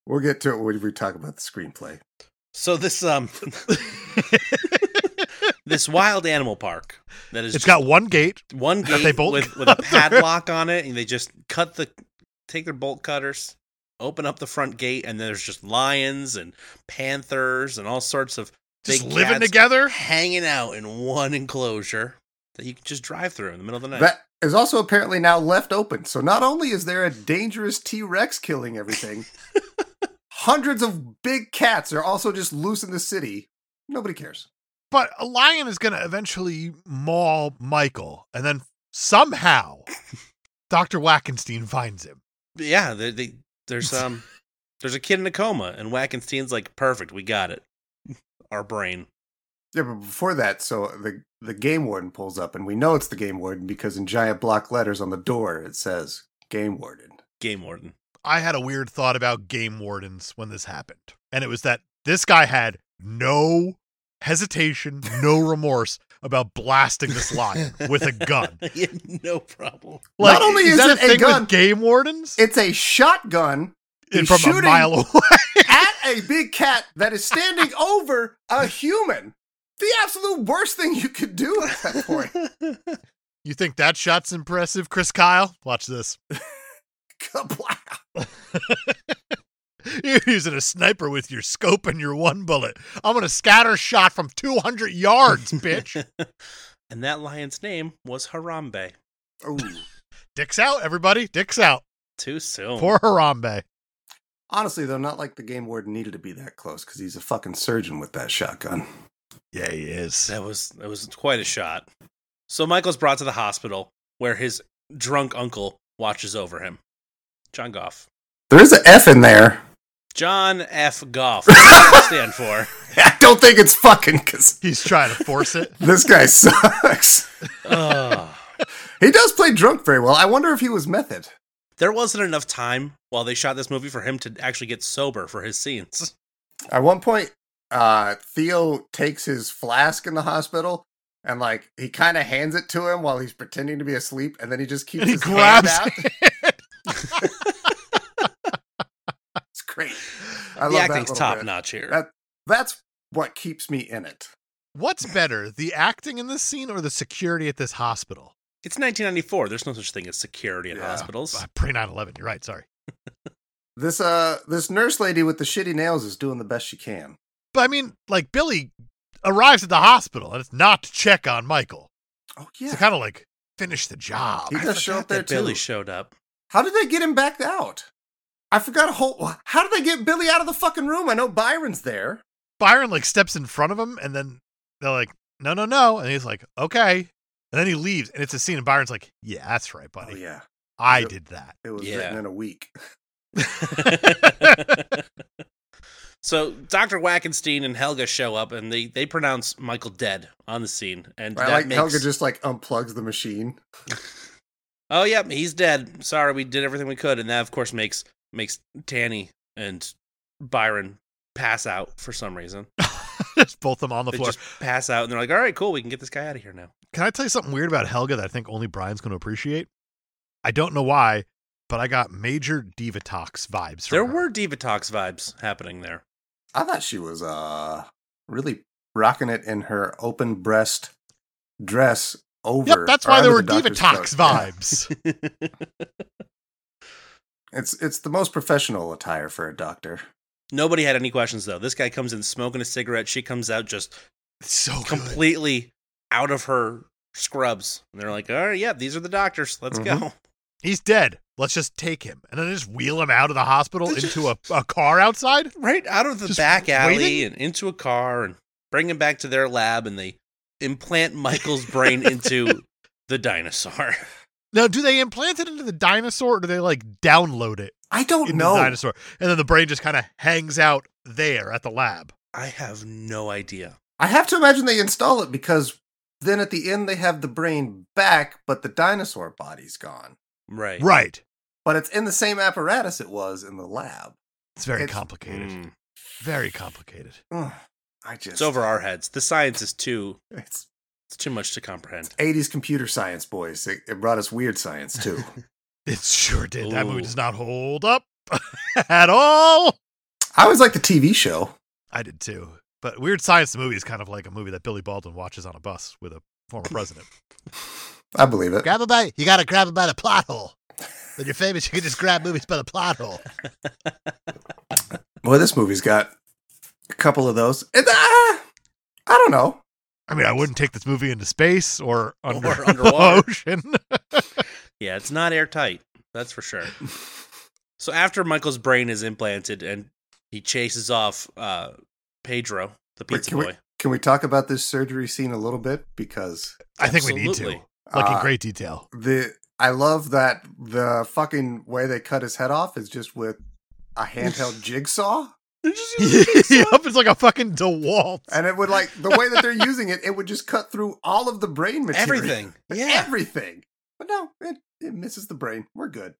Speaker 3: we'll get to it when we talk about the screenplay.
Speaker 4: So this um this wild animal park that is
Speaker 2: It's got one gate.
Speaker 4: one
Speaker 2: that
Speaker 4: gate
Speaker 2: they bolt
Speaker 4: with,
Speaker 2: cut
Speaker 4: with a
Speaker 2: through.
Speaker 4: padlock on it, and they just cut the take their bolt cutters, open up the front gate, and there's just lions and panthers and all sorts of
Speaker 2: Just
Speaker 4: big
Speaker 2: living
Speaker 4: cats
Speaker 2: together.
Speaker 4: hanging out in one enclosure that you can just drive through in the middle of the night.
Speaker 3: That is also apparently now left open. So not only is there a dangerous T Rex killing everything, hundreds of big cats are also just loose in the city. Nobody cares.
Speaker 2: But a lion is going to eventually maul Michael, and then somehow Dr. Wackenstein finds him.
Speaker 4: yeah, they, they, there's um there's a kid in a coma, and Wackenstein's like, "Perfect, we got it." Our brain.
Speaker 3: Yeah, but before that, so the the game warden pulls up, and we know it's the game warden because in giant block letters on the door it says "game warden."
Speaker 4: Game Warden.
Speaker 2: I had a weird thought about game wardens when this happened. And it was that this guy had no hesitation, no remorse about blasting this lion with a gun.
Speaker 4: Yeah, no problem.
Speaker 2: Like,
Speaker 3: Not only is
Speaker 2: that
Speaker 3: it a
Speaker 2: thing
Speaker 3: gun-
Speaker 2: with game wardens
Speaker 3: It's a shotgun
Speaker 2: and
Speaker 3: he's
Speaker 2: from a
Speaker 3: shooting-
Speaker 2: mile away.
Speaker 3: at a big cat that is standing over a human. The absolute worst thing you could do at that point.
Speaker 2: You think that shot's impressive, Chris Kyle? Watch this.
Speaker 3: Kablow.
Speaker 2: You're using a sniper with your scope and your one bullet. I'm gonna scatter shot from 200 yards, bitch.
Speaker 4: and that lion's name was Harambe.
Speaker 3: Ooh.
Speaker 2: Dicks out, everybody. Dicks out.
Speaker 4: Too soon.
Speaker 2: Poor Harambe.
Speaker 3: Honestly, though, not like the game warden needed to be that close because he's a fucking surgeon with that shotgun.
Speaker 2: Yeah, he is.
Speaker 4: That was that was quite a shot. So Michael's brought to the hospital where his drunk uncle watches over him. John Goff.
Speaker 3: There is an F in there.
Speaker 4: John F. Goff. What does that stand for?
Speaker 3: I don't think it's fucking because
Speaker 2: He's trying to force it.
Speaker 3: this guy sucks.
Speaker 4: Ugh.
Speaker 3: He does play drunk very well. I wonder if he was method.
Speaker 4: There wasn't enough time while they shot this movie for him to actually get sober for his scenes.
Speaker 3: At one point, uh, Theo takes his flask in the hospital and like he kind of hands it to him while he's pretending to be asleep, and then he just keeps
Speaker 2: And he
Speaker 3: his
Speaker 2: grabs
Speaker 3: hand out.
Speaker 2: it.
Speaker 3: It's great. I
Speaker 4: the
Speaker 3: love that
Speaker 4: acting's
Speaker 3: little
Speaker 4: top
Speaker 3: bit.
Speaker 4: notch here.
Speaker 3: That- That's what keeps me in it.
Speaker 2: What's better, the acting in this scene or the security at this hospital?
Speaker 4: it's 1994. There's no such thing as security at
Speaker 3: Yeah.
Speaker 4: hospitals.
Speaker 2: Uh, Pre 9 11, you're right, sorry.
Speaker 3: This uh, this nurse lady with the shitty nails is doing the best she can.
Speaker 2: But I mean, like, Billy arrives at the hospital and it's not to check on Michael.
Speaker 3: Oh
Speaker 2: It's
Speaker 3: yeah,
Speaker 2: to kind of like finish the job.
Speaker 3: "Oh, He
Speaker 4: I
Speaker 3: does show
Speaker 4: forgot
Speaker 3: up there
Speaker 4: that Billy
Speaker 3: too.
Speaker 4: showed up.
Speaker 3: How did they get him back out? I forgot a whole. How did they get Billy out of the fucking room? I know Byron's there.
Speaker 2: Byron like steps in front of him and then they're like, no, no, no. And he's like, okay. And then he leaves and it's a scene and Byron's like, yeah, that's right,
Speaker 4: Oh,
Speaker 2: buddy.
Speaker 3: Oh, yeah,
Speaker 2: I
Speaker 3: Yep.
Speaker 2: did that.
Speaker 3: it was
Speaker 4: Yeah.
Speaker 3: written in a week.
Speaker 4: so Dr. Wackenstein and Helga show up and they, they pronounce Michael dead on the scene. And
Speaker 3: I
Speaker 4: that
Speaker 3: like
Speaker 4: makes,
Speaker 3: Helga just like unplugs the machine.
Speaker 4: Oh yeah, he's dead. Sorry, we did everything we could, and that of course makes makes Tanny and Byron pass out for some reason.
Speaker 2: Just both of them on the
Speaker 4: They
Speaker 2: floor.
Speaker 4: just pass out and they're like, All right, cool, we can get this guy out of here now.
Speaker 2: Can I tell you something weird about Helga that I think only Brian's going to appreciate? I don't know why, but I got major Divatox vibes. From
Speaker 4: there
Speaker 2: her.
Speaker 4: were Diva Talks vibes happening there.
Speaker 3: I thought she was uh really rocking it in her open breast dress over.
Speaker 2: Yep, that's
Speaker 3: or
Speaker 2: why there
Speaker 3: under
Speaker 2: were
Speaker 3: the doctor's
Speaker 2: Divatox
Speaker 3: coat. Yeah.
Speaker 2: vibes.
Speaker 3: It's it's the most professional attire for a doctor.
Speaker 4: Nobody had any questions though. This guy comes in smoking a cigarette, she comes out just
Speaker 2: so good.
Speaker 4: completely out of her scrubs. And they're like, all right, yeah, these are the doctors. Let's go.
Speaker 2: He's dead. Let's just take him and then just wheel him out of the hospital
Speaker 4: They
Speaker 2: into a, a car outside.
Speaker 4: Right out of the
Speaker 2: Just
Speaker 4: back alley
Speaker 2: waiting?
Speaker 4: and into a car and bring him back to their lab and they implant Michael's brain into the dinosaur.
Speaker 2: Now, do they implant it into the dinosaur or do they like download it
Speaker 3: I don't
Speaker 2: into
Speaker 3: know.
Speaker 2: the dinosaur? And then the brain just kind of hangs out there at the lab.
Speaker 4: I have no idea.
Speaker 3: I have to imagine they install it because then at the end they have the brain back, but the dinosaur body's gone.
Speaker 4: Right.
Speaker 2: Right.
Speaker 3: But it's in the same apparatus it was in the lab.
Speaker 2: It's very
Speaker 3: It's-
Speaker 2: complicated.
Speaker 4: Mm.
Speaker 2: Very complicated.
Speaker 3: Ugh, I just
Speaker 4: It's over our heads. The science is too
Speaker 3: It's
Speaker 4: it's too much to comprehend.
Speaker 3: 80s computer science, boys. It, it brought us weird science too.
Speaker 2: It sure did. That movie
Speaker 4: Ooh.
Speaker 2: does not hold up at all.
Speaker 3: I always like the TV show.
Speaker 2: I did too. But Weird Science the movie is kind of like a movie that Billy Baldwin watches on a bus with a former president.
Speaker 3: I believe it.
Speaker 2: grab a by you gotta grab it by the plot hole. When you're famous, you can just grab movies by the plot hole.
Speaker 3: Well, this movie's got a couple of those. It- ah, I don't know.
Speaker 2: I mean, I wouldn't take this movie into space or under
Speaker 4: Or
Speaker 2: the
Speaker 4: underwater.
Speaker 2: ocean.
Speaker 4: Yeah, it's not airtight. That's for sure. so after Michael's brain is implanted and he chases off uh Pedro, the
Speaker 3: Wait,
Speaker 4: pizza
Speaker 3: can we-
Speaker 4: boy.
Speaker 3: Can we talk about this surgery scene a little bit? Because
Speaker 2: I think we need to.
Speaker 4: Absolutely.
Speaker 2: Like in
Speaker 3: uh,
Speaker 2: great detail.
Speaker 3: the I love that the fucking way they cut his head off is just with a handheld jigsaw.
Speaker 2: yep, it's like a fucking DeWalt.
Speaker 3: And it would like the way that they're using it, it would just cut through all of the brain material.
Speaker 4: Everything. Yeah.
Speaker 3: Everything. But no, it, it misses the brain. We're good.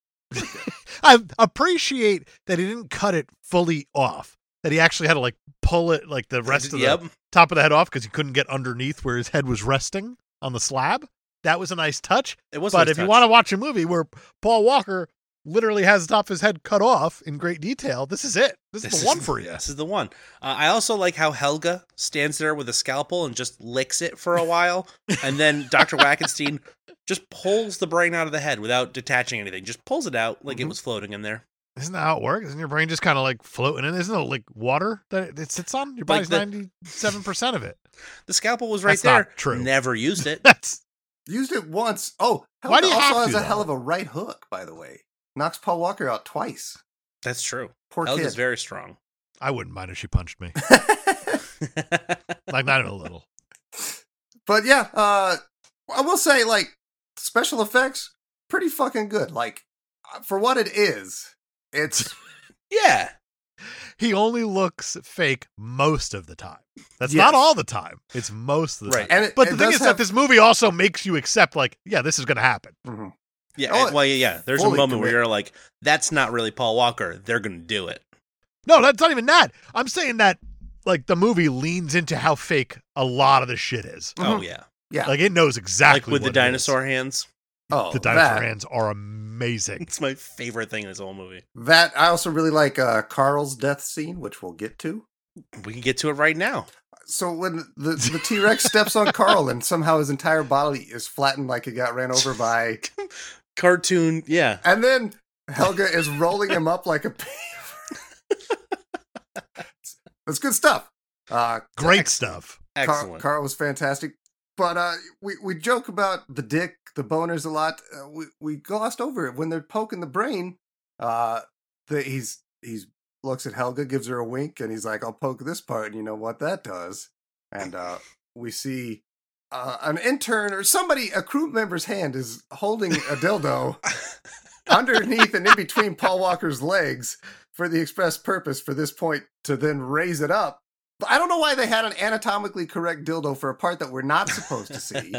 Speaker 2: I appreciate that he didn't cut it fully off. That he actually had to like pull it like the rest of the
Speaker 4: yep.
Speaker 2: top of the head off because he couldn't get underneath where his head was resting on the slab. That was a nice touch.
Speaker 4: It was
Speaker 2: but if you want to watch a movie where Paul Walker literally has the top of his head cut off in great detail, this is it. This, is the one for you.
Speaker 4: This is the one. Uh, I also like how Helga stands there with a scalpel and just licks it for a while, and then Dr. Wackenstein just pulls the brain out of the head without detaching anything. Just pulls it out like it
Speaker 2: Mm-hmm.
Speaker 3: Mhm.
Speaker 4: was floating in there.
Speaker 2: Isn't that how it works? Isn't your brain just kind of like floating in? Isn't it like water that it- it sits on? Your
Speaker 4: Like
Speaker 2: body's
Speaker 4: the-
Speaker 2: ninety-seven percent of it.
Speaker 4: The scalpel was right
Speaker 2: That's
Speaker 4: there.
Speaker 2: not true.
Speaker 4: Never used it.
Speaker 2: That's
Speaker 3: Used it once. Oh,
Speaker 2: Why do
Speaker 3: Helga
Speaker 2: you
Speaker 3: also
Speaker 2: have
Speaker 3: has
Speaker 2: to,
Speaker 3: a hell
Speaker 2: though?
Speaker 3: of a right hook, by the way. Knocks Paul Walker out twice.
Speaker 4: That's true.
Speaker 3: Poor
Speaker 4: Helga's
Speaker 3: kid.
Speaker 4: very strong.
Speaker 2: I wouldn't mind if she punched me. Like not even a little.
Speaker 3: but yeah, uh, I will say, like, special effects, pretty fucking good. Like, uh, for what it is, it's
Speaker 4: yeah.
Speaker 2: He only looks fake most of the time. That's
Speaker 3: Yes.
Speaker 2: not all the time. It's most of the
Speaker 4: Right.
Speaker 2: time.
Speaker 3: and it,
Speaker 2: But
Speaker 3: it
Speaker 2: the thing
Speaker 3: does
Speaker 2: is
Speaker 3: have-
Speaker 2: that this movie also makes you accept, like, yeah, this is going to happen.
Speaker 3: Mhm.
Speaker 4: Yeah.
Speaker 3: Oh,
Speaker 4: well, yeah, yeah. There's a
Speaker 3: fully
Speaker 4: moment where
Speaker 3: commit-
Speaker 4: you're like, that's not really Paul Walker. They're going to do it.
Speaker 2: No, that's not even that. I'm saying that, like, the movie leans into how fake a lot of the shit is.
Speaker 4: Oh,
Speaker 3: Mhm.
Speaker 4: yeah.
Speaker 3: Yeah.
Speaker 2: Like, it knows Mm-hmm. exactly
Speaker 4: like with
Speaker 2: what
Speaker 4: the
Speaker 2: it is.
Speaker 4: dinosaur hands.
Speaker 3: oh,
Speaker 2: The dinosaur
Speaker 3: that,
Speaker 2: hands are amazing.
Speaker 4: It's my favorite thing in this whole movie.
Speaker 3: That I also really like uh, Carl's death scene, which we'll get to.
Speaker 4: We can get to it right now.
Speaker 3: So when the the T Rex steps on Carl and somehow his entire body is flattened like it got ran over by,
Speaker 4: Cartoon. Yeah.
Speaker 3: and then Helga is rolling him up like a. paver. That's good stuff. Uh,
Speaker 2: Great
Speaker 3: excellent.
Speaker 2: stuff.
Speaker 4: Excellent.
Speaker 3: Carl, Carl was fantastic. But uh, we, we joke about the dick, the boners a lot. Uh, we, we glossed over it when they're poking the brain. Uh, the, he's he's looks at Helga, gives her a wink, and he's like, "I'll poke this part," and you know what that does. And uh, we see uh, an intern or somebody, a crew member's hand is holding a dildo underneath and in between Paul Walker's legs for the express purpose for this point to then raise it up. But I don't know why they had an anatomically correct dildo for a part that we're not supposed to see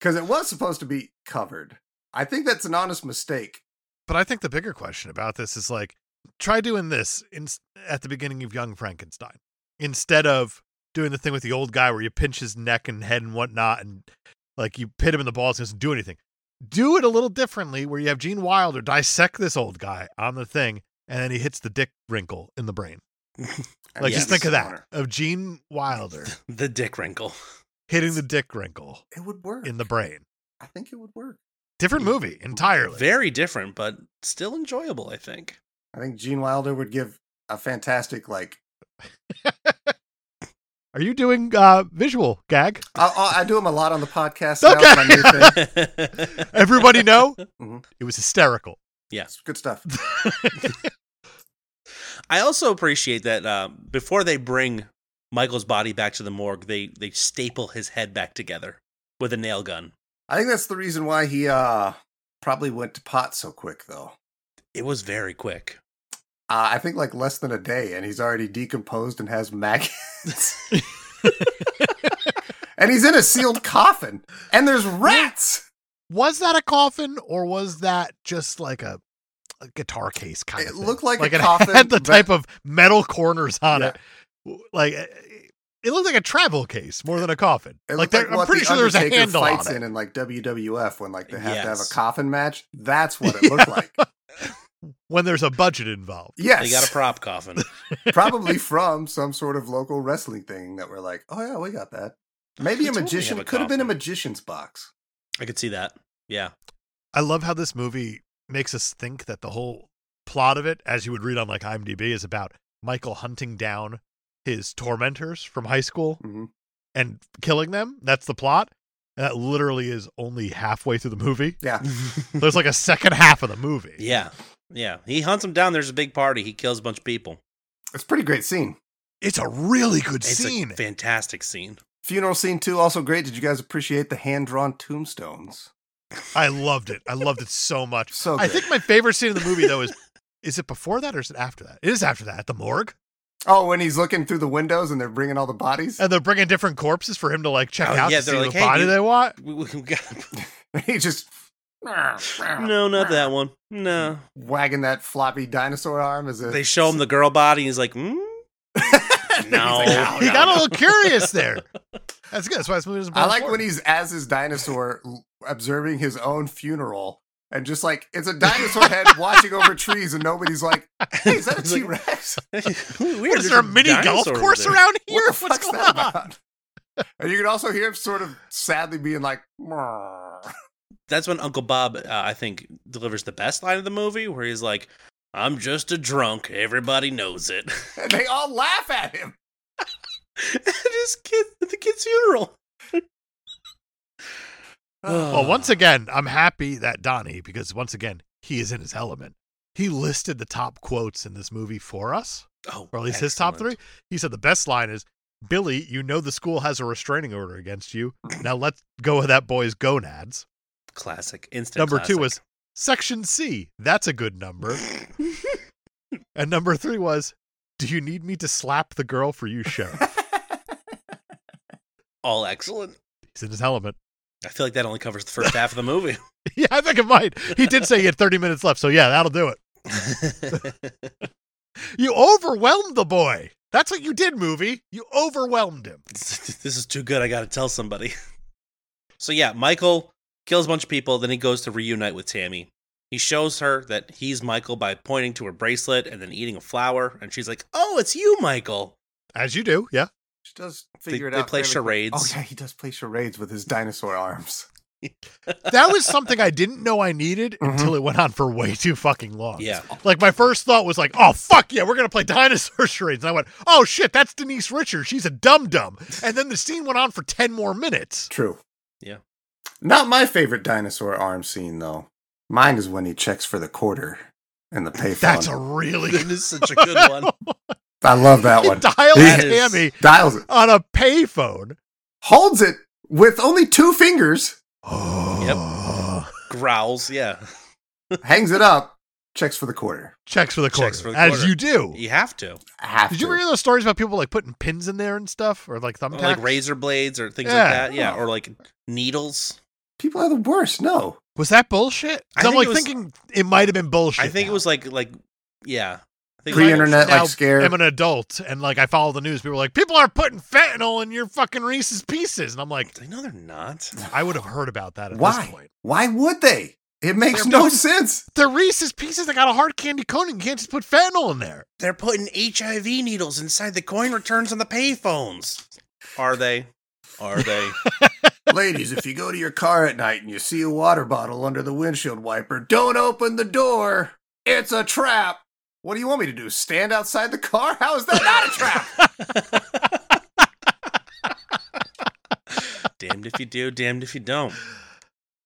Speaker 3: because it was supposed to be covered. I think that's an honest mistake.
Speaker 2: But I think the bigger question about this is like, try doing this in, at the beginning of Young Frankenstein instead of doing the thing with the old guy where you pinch his neck and head and whatnot, and like you pit him in the balls and doesn't do anything. Do it a little differently where you have Gene Wilder dissect this old guy on the thing, and then he hits the dick wrinkle in the brain.
Speaker 3: I
Speaker 2: Like,
Speaker 3: mean,
Speaker 2: just
Speaker 4: yes.
Speaker 2: think of that
Speaker 3: corner.
Speaker 2: of Gene Wilder
Speaker 4: the dick wrinkle.
Speaker 2: hitting the dick wrinkle
Speaker 3: It would work.
Speaker 2: in the brain.
Speaker 3: I think it would work.
Speaker 2: Different movie entirely.
Speaker 4: Very different, but still enjoyable, I think.
Speaker 3: I think Gene Wilder would give a fantastic, like,
Speaker 2: Are you doing uh, visual gag?
Speaker 3: I, I- I do them a lot on the podcast. Now. It's my new thing.
Speaker 2: Everybody know
Speaker 3: Mhm.
Speaker 2: it was hysterical.
Speaker 3: It's good stuff.
Speaker 4: I also appreciate that uh, before they bring Michael's body back to the morgue, they they staple his head back together with a nail gun.
Speaker 3: I think that's the reason why he uh probably went to pot so quick, though.
Speaker 4: It was very quick.
Speaker 3: Uh, I think like less than a day, and he's already decomposed and has maggots. and he's in a sealed coffin, and there's rats.
Speaker 2: was that a coffin or was that just like a, a guitar case kind
Speaker 3: It
Speaker 2: of? thing?
Speaker 3: looked like a
Speaker 2: it
Speaker 3: coffin,
Speaker 2: had the
Speaker 3: but-
Speaker 2: type of metal corners on
Speaker 3: Yeah.
Speaker 2: it. W- Like uh, it looked like a travel case more than a coffin.
Speaker 3: It
Speaker 2: like,
Speaker 3: looked
Speaker 2: there- I'm
Speaker 3: what
Speaker 2: pretty
Speaker 3: The
Speaker 2: sure there was a
Speaker 3: Undertaker
Speaker 2: handle
Speaker 3: fights
Speaker 2: on it.
Speaker 3: in in like WWF when like they have to have a
Speaker 4: Yes.
Speaker 3: coffin match. That's what it looked like.
Speaker 2: When there's a budget involved,
Speaker 3: Yes,
Speaker 4: They got a prop coffin.
Speaker 3: probably from some sort of local wrestling thing that we're like, oh yeah, we got that. Maybe a
Speaker 4: We totally
Speaker 3: magician.
Speaker 4: have a
Speaker 3: it could have been a
Speaker 4: coffin.
Speaker 3: magician's box.
Speaker 4: I could see that. Yeah.
Speaker 2: I love how this movie makes us think that the whole plot of it, as you would read on like IMDb, is about Michael hunting down his tormentors from high school
Speaker 3: hmm
Speaker 2: and killing them. That's the plot. And that literally is only halfway through the movie.
Speaker 3: Yeah,
Speaker 2: There's like a second half of the movie.
Speaker 4: yeah. Yeah. He hunts him down. There's a big party. He kills a bunch of people.
Speaker 3: it's a pretty great scene.
Speaker 2: It's a really good
Speaker 4: It's
Speaker 2: scene.
Speaker 4: a fantastic scene.
Speaker 3: Funeral scene too, also great. Did you guys appreciate the hand drawn tombstones?
Speaker 2: I loved it. I loved it so much.
Speaker 3: So
Speaker 2: I
Speaker 3: good.
Speaker 2: think my favorite scene in the movie though is is it before that or is it after that? It is after that at the morgue.
Speaker 3: Oh, when he's looking through the windows and they're bringing all the bodies,
Speaker 2: And they're bringing different corpses for him to like check
Speaker 4: Oh,
Speaker 2: out
Speaker 4: yeah,
Speaker 2: to see
Speaker 4: they're
Speaker 2: the
Speaker 4: like, "Hey,
Speaker 2: body
Speaker 4: you-
Speaker 2: they want.
Speaker 4: We, we got,
Speaker 3: he just
Speaker 4: no, not that one. No.
Speaker 3: wagging that floppy dinosaur arm. Is it?
Speaker 4: They show him the girl body. And he's like, mm? No.
Speaker 3: no,
Speaker 2: he
Speaker 3: no,
Speaker 2: got a
Speaker 3: no."
Speaker 2: little curious there. That's good. That's why this movie is.
Speaker 3: I like when he's as his dinosaur l- observing his own funeral. And just like it's a dinosaur head watching over trees, and nobody's like, "Hey, is that a
Speaker 4: He's like,
Speaker 3: T Rex?
Speaker 4: Weird,
Speaker 2: What is there a mini golf course around here?
Speaker 3: What the
Speaker 2: What's
Speaker 3: fuck's
Speaker 2: going
Speaker 3: that
Speaker 2: on?
Speaker 3: about?" And you can also hear him sort of sadly being like, "Meow."
Speaker 4: That's when Uncle Bob, uh, I think, delivers the best line of the movie, where he's like, "I'm just a drunk. Everybody knows it."
Speaker 3: and they all laugh at him.
Speaker 4: At his kid, at the kid's funeral.
Speaker 2: Well, once again, I'm happy that Donnie, because once again, he is in his element. He listed the top quotes in this movie for us,
Speaker 4: oh,
Speaker 2: or at least his top three.
Speaker 4: excellent.
Speaker 2: He said the best line is Billy, you know the school has a restraining order against you. Now let's go with that boy's gonads.
Speaker 4: classic, instant.
Speaker 2: Number two was
Speaker 4: classic.
Speaker 2: Section C. That's a good number. and number three was Do you need me to slap the girl for you, Sheriff?
Speaker 4: all excellent.
Speaker 2: He's in his element.
Speaker 4: I feel like that only covers the first half of the movie.
Speaker 2: Yeah, I think it might. He did say he had 30 minutes left, so yeah, that'll do it. You overwhelmed the boy. That's what you did, movie. You overwhelmed him.
Speaker 4: this is too good. I got to tell somebody. So yeah, Michael kills a bunch of people. Then he goes to reunite with Tammy. He shows her that he's Michael by pointing to her bracelet and then eating a flower. And she's like, "Oh, it's you, Michael."
Speaker 2: As you do, yeah.
Speaker 3: She does figure
Speaker 4: they
Speaker 3: it out.
Speaker 4: play
Speaker 3: very
Speaker 4: charades.
Speaker 3: quick. Oh yeah, he does play charades with his dinosaur arms.
Speaker 2: That was something I didn't know I needed
Speaker 3: Mhm.
Speaker 2: until it went on for way too fucking long.
Speaker 4: Yeah.
Speaker 2: Like my first thought was like, oh fuck yeah, we're gonna play dinosaur charades. And I went, oh shit, that's Denise Richards. She's a dum dum. And then the scene went on for ten more minutes.
Speaker 3: True.
Speaker 4: Yeah.
Speaker 3: Not my favorite dinosaur arm scene though. Mine is when he checks for the quarter and the payphone.
Speaker 2: That's a really
Speaker 4: That
Speaker 2: good
Speaker 4: is such a good one.
Speaker 3: I love that
Speaker 2: He
Speaker 3: one.
Speaker 2: dialed
Speaker 3: That
Speaker 4: is-
Speaker 2: Tammy
Speaker 3: Dials it,
Speaker 2: on a payphone.
Speaker 3: holds it with only two fingers,
Speaker 2: Oh.
Speaker 4: Growls, yeah.
Speaker 3: hangs it up, checks for the quarter.
Speaker 2: Checks for the quarter,
Speaker 4: Checks for the
Speaker 2: as
Speaker 4: quarter.
Speaker 2: you do.
Speaker 4: You have to.
Speaker 3: I have
Speaker 2: Did you
Speaker 3: to.
Speaker 2: ever hear those stories about people like putting pins in there and stuff, or like thumbtacks?
Speaker 4: Or like razor blades or things
Speaker 2: Yeah.
Speaker 4: like that. Yeah. Oh. Or like needles.
Speaker 3: People are the worst. No,
Speaker 2: Was that bullshit? 'Cause
Speaker 4: I
Speaker 2: I'm
Speaker 4: think
Speaker 2: like
Speaker 4: it was-
Speaker 2: thinking it might have been bullshit.
Speaker 4: I think
Speaker 2: now.
Speaker 4: it was like like yeah. I think it was like-
Speaker 3: pre-internet
Speaker 2: now
Speaker 3: like scared.
Speaker 2: I'm an adult and like I follow the news. People are like, people are putting fentanyl in your fucking Reese's pieces, and I'm like,
Speaker 4: It's like, no, they're not.
Speaker 2: I would have heard about that at this
Speaker 3: Why?
Speaker 2: point.
Speaker 3: Why would they? It makes
Speaker 2: They're
Speaker 3: no
Speaker 2: doing-
Speaker 3: sense.
Speaker 2: The Reese's pieces, they got a hard candy coating. You can't just put fentanyl in there.
Speaker 4: They're putting HIV needles inside the coin returns on the payphones. Are they? Are they?
Speaker 3: Ladies, if you go to your car at night and you see a water bottle under the windshield wiper, don't open the door. It's a trap. What do you want me to do? Stand outside the car? How is that not a trap?
Speaker 4: damned if you do, damned if you don't.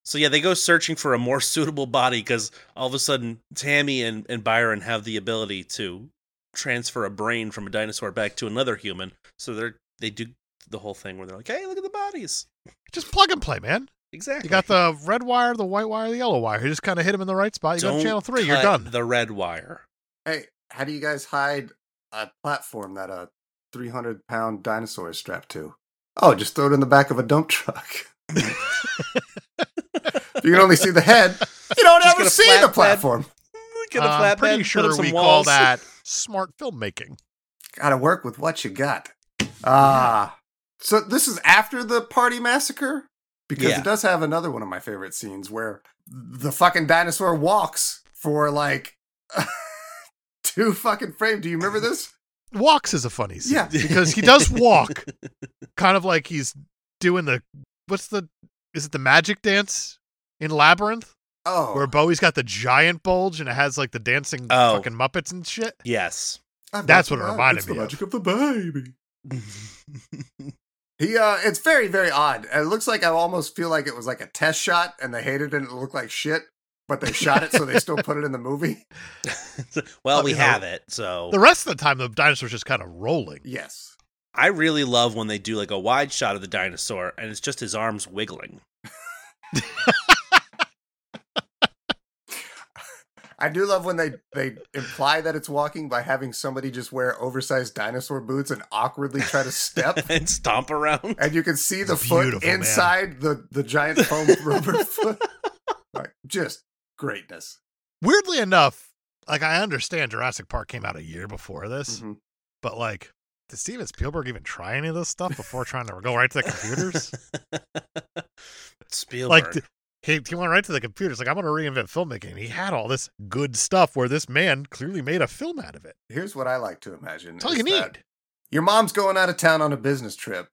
Speaker 4: So yeah, they go searching for a more suitable body because all of a sudden Tammy and, and Byron have the ability to transfer a brain from a dinosaur back to another human. So they're they do the whole thing where they're like, Hey, look at the bodies.
Speaker 2: Just plug and play, man.
Speaker 4: Exactly.
Speaker 2: You got the red wire, the white wire, the yellow wire. You just kind of hit him in the right spot. You go
Speaker 4: Don't
Speaker 2: to channel three. You're
Speaker 4: cut
Speaker 2: done.
Speaker 4: The red wire.
Speaker 3: Hey, how do you guys hide a platform that a 300 pound dinosaur is strapped to? Oh, just throw it in the back of a dump truck. If you can only see the head. You don't
Speaker 4: Just
Speaker 3: ever
Speaker 4: get a
Speaker 3: see
Speaker 4: flat
Speaker 3: the
Speaker 4: bed.
Speaker 3: platform.
Speaker 4: Look at the
Speaker 2: Uh, I'm
Speaker 4: flatbed.
Speaker 2: pretty
Speaker 4: put
Speaker 2: sure
Speaker 4: up some
Speaker 2: we call
Speaker 4: walls.
Speaker 2: that smart filmmaking.
Speaker 3: Gotta work with what you got. Ah. so this is after the party massacre? Because
Speaker 4: Yeah.
Speaker 3: it does have another one of my favorite scenes where the fucking dinosaur walks for like two fucking frames. Do you remember this?
Speaker 2: Walks is a funny scene.
Speaker 3: Yeah.
Speaker 2: Because he does walk kind of like he's doing the what's the is it the magic dance in Labyrinth?
Speaker 3: Oh.
Speaker 2: Where Bowie's got the giant bulge and it has like the dancing
Speaker 4: Oh.
Speaker 2: fucking Muppets and shit.
Speaker 4: Yes.
Speaker 3: I'm
Speaker 2: That's
Speaker 3: not
Speaker 2: what it
Speaker 3: the-
Speaker 2: reminded
Speaker 3: it's the
Speaker 2: me of.
Speaker 3: magic of the baby. He, uh, it's very, very odd. It looks like I almost feel like it was like a test shot, and they hated it. and It looked like shit, but they shot it, so they still put it in the movie.
Speaker 4: well,
Speaker 2: Well,
Speaker 4: we
Speaker 2: you know,
Speaker 4: have it. So
Speaker 2: The rest of the time the dinosaur's just kind of rolling.
Speaker 3: Yes,
Speaker 4: I really love when they do like a wide shot of the dinosaur and it's just his arms wiggling.
Speaker 3: I do love when they they imply that it's walking by having somebody just wear oversized dinosaur boots and awkwardly try to step,
Speaker 4: and stomp around.
Speaker 3: and you can see the
Speaker 2: It's
Speaker 3: foot
Speaker 2: beautiful, man.
Speaker 3: inside the the giant foam rubber foot. Like just greatness.
Speaker 2: Weirdly enough, like I understand Jurassic Park came out a year before this,
Speaker 3: Mhm.
Speaker 2: but like did Steven Spielberg even try any of this stuff before trying to go right to the computers?
Speaker 4: Spielberg.
Speaker 2: like th- he, he went right to the computers like i'm gonna reinvent filmmaking he had all this good stuff where this man clearly made a film out of it
Speaker 3: Here's what I like to imagine.
Speaker 2: that's all you
Speaker 3: is that-
Speaker 2: need
Speaker 3: Your mom's going out of town on a business trip,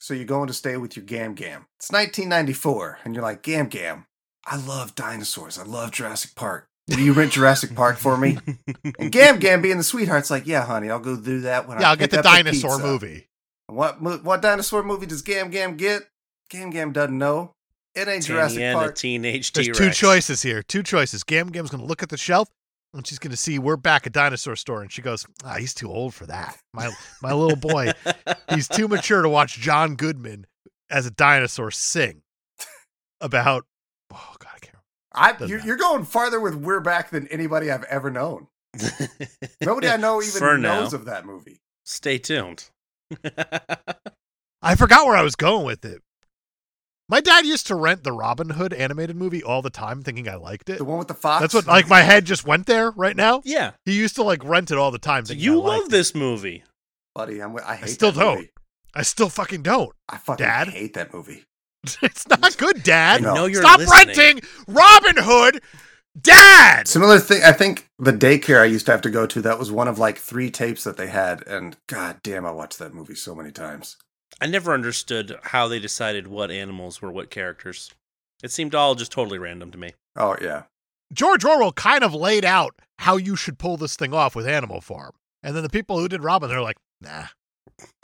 Speaker 3: so you're going to stay with your Gam Gam. It's 1994, and you're like, Gam Gam, I love dinosaurs. I love Jurassic Park. Will you rent Jurassic Park for me? And Gam Gam, being the sweetheart's like, Yeah, honey, I'll go do that when I
Speaker 2: yeah i'll get
Speaker 3: pick
Speaker 2: the
Speaker 3: up
Speaker 2: dinosaur
Speaker 3: pizza."
Speaker 2: movie
Speaker 3: What mo- what dinosaur movie does Gam Gam get? Gam Gam doesn't know. It ain't
Speaker 4: Jurassic
Speaker 3: Jurassic
Speaker 4: and a
Speaker 3: Park.
Speaker 4: teenage
Speaker 2: there's
Speaker 4: T-Rex.
Speaker 2: two choices here two choices gam gam's gonna look at the shelf and she's gonna see we're back at dinosaur store and she goes ah he's too old for that my my little boy he's too mature to watch john goodman as a dinosaur sing about oh god i can't remember.
Speaker 3: I,
Speaker 2: Doesn't
Speaker 3: you're,
Speaker 2: matter.
Speaker 3: you're going farther with We're Back than anybody I've ever known. Nobody I know even
Speaker 4: For now.
Speaker 3: knows of that movie.
Speaker 4: Stay tuned.
Speaker 2: I forgot where I was going with it. My dad used to rent the Robin Hood animated movie all the time, thinking I liked it.
Speaker 3: The one with the fox.
Speaker 2: That's what, like, my head just went there right now.
Speaker 4: yeah.
Speaker 2: He used to like rent it all the time.
Speaker 4: So
Speaker 2: thinking
Speaker 4: you
Speaker 2: I liked
Speaker 4: love this movie.
Speaker 3: buddy. I'm, I hate.
Speaker 2: still
Speaker 3: that
Speaker 2: don't.
Speaker 3: movie.
Speaker 2: it. I still fucking don't.
Speaker 3: I fucking
Speaker 2: Dad?
Speaker 3: hate that movie.
Speaker 2: It's not good,
Speaker 4: I
Speaker 2: Dad.
Speaker 3: No.
Speaker 4: know you're
Speaker 2: Stop
Speaker 4: listening.
Speaker 2: renting Robin Hood, Dad.
Speaker 3: Similar thing. I think the daycare I used to have to go to that was one of like three tapes that they had, and god damn, I watched that movie so many times.
Speaker 4: I never understood how they decided what animals were what characters. It seemed all just totally random to me.
Speaker 3: Oh yeah,
Speaker 2: George Orwell kind of laid out how you should pull this thing off with Animal Farm, and then the people who did Robin, they're like, nah,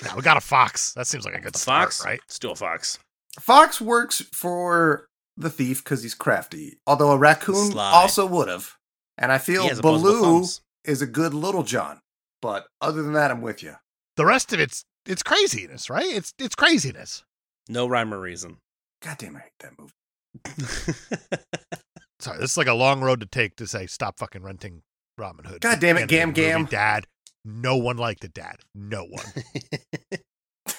Speaker 2: nah, we got a fox. That seems like a good
Speaker 4: A
Speaker 2: start,
Speaker 4: fox,
Speaker 2: right?
Speaker 4: Still a fox.
Speaker 3: Fox works for the thief because he's crafty. Although a raccoon
Speaker 4: Sly.
Speaker 3: also would have, and I
Speaker 4: He
Speaker 3: feel
Speaker 4: has opposable
Speaker 3: Baloo
Speaker 4: thumbs.
Speaker 3: is a good Little John. But other than that, I'm with you.
Speaker 2: The rest of it's it's craziness, right? It's it's craziness.
Speaker 4: No rhyme or reason.
Speaker 3: God damn, I hate that movie.
Speaker 2: Sorry, this is like a long road to take to say stop fucking renting Robin Hood.
Speaker 3: God damn it,
Speaker 2: Animated
Speaker 3: Gam
Speaker 2: movie,
Speaker 3: Gam.
Speaker 2: Dad. No one liked it, Dad. No one.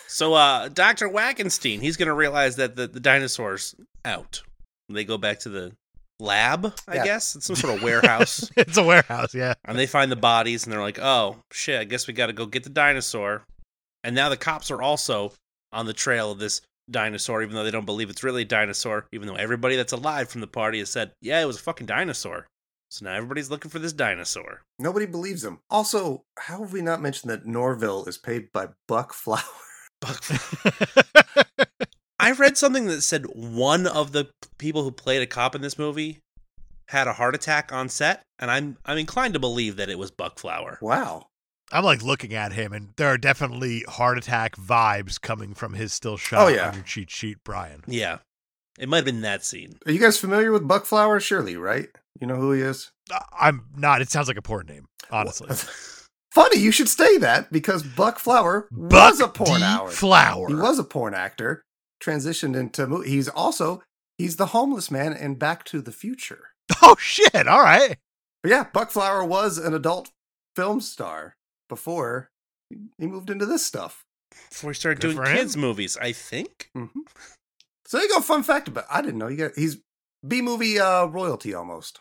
Speaker 4: so uh Dr. Wackenstein, he's gonna realize that the, the dinosaurs out. They go back to the lab, I
Speaker 3: Yeah.
Speaker 4: guess. It's some sort of warehouse.
Speaker 2: it's a warehouse, yeah.
Speaker 4: and they find the bodies and they're like, oh shit, I guess we gotta go get the dinosaur. And now the cops are also on the trail of this dinosaur, even though they don't believe it's really a dinosaur, even though everybody that's alive from the party has said, Yeah, it was a fucking dinosaur. So now everybody's looking for this dinosaur.
Speaker 3: Nobody believes him. Also, how have we not mentioned that Norville is paid by Buck Flower?
Speaker 4: Buck I read something that said one of the people who played a cop in this movie had a heart attack on set, and I'm I'm inclined to believe that it was Buck Flower.
Speaker 3: Wow.
Speaker 2: I'm like looking at him, and there are definitely heart attack vibes coming from his still shot
Speaker 3: Oh, yeah.
Speaker 2: on your cheat sheet, Brian.
Speaker 4: Yeah. It might have been that scene.
Speaker 3: Are you guys familiar with Buckflower? Surely, right? You know who he is?
Speaker 2: I- I'm not. It sounds like a porn name, honestly.
Speaker 3: Funny, you should say that because Buckflower
Speaker 2: Buck
Speaker 3: was a porn
Speaker 2: D.
Speaker 3: hour.
Speaker 2: Flower.
Speaker 3: He was a porn actor, transitioned into movie. He's also he's the homeless man in Back to the Future.
Speaker 2: Oh shit! All right.
Speaker 3: But yeah, Buckflower was an adult film star before he moved into this stuff.
Speaker 4: Before we started
Speaker 2: Good
Speaker 4: doing
Speaker 2: for him.
Speaker 4: kids' movies, I think.
Speaker 3: hmm So there you go. Fun fact about I didn't know you got he's B movie uh, royalty almost.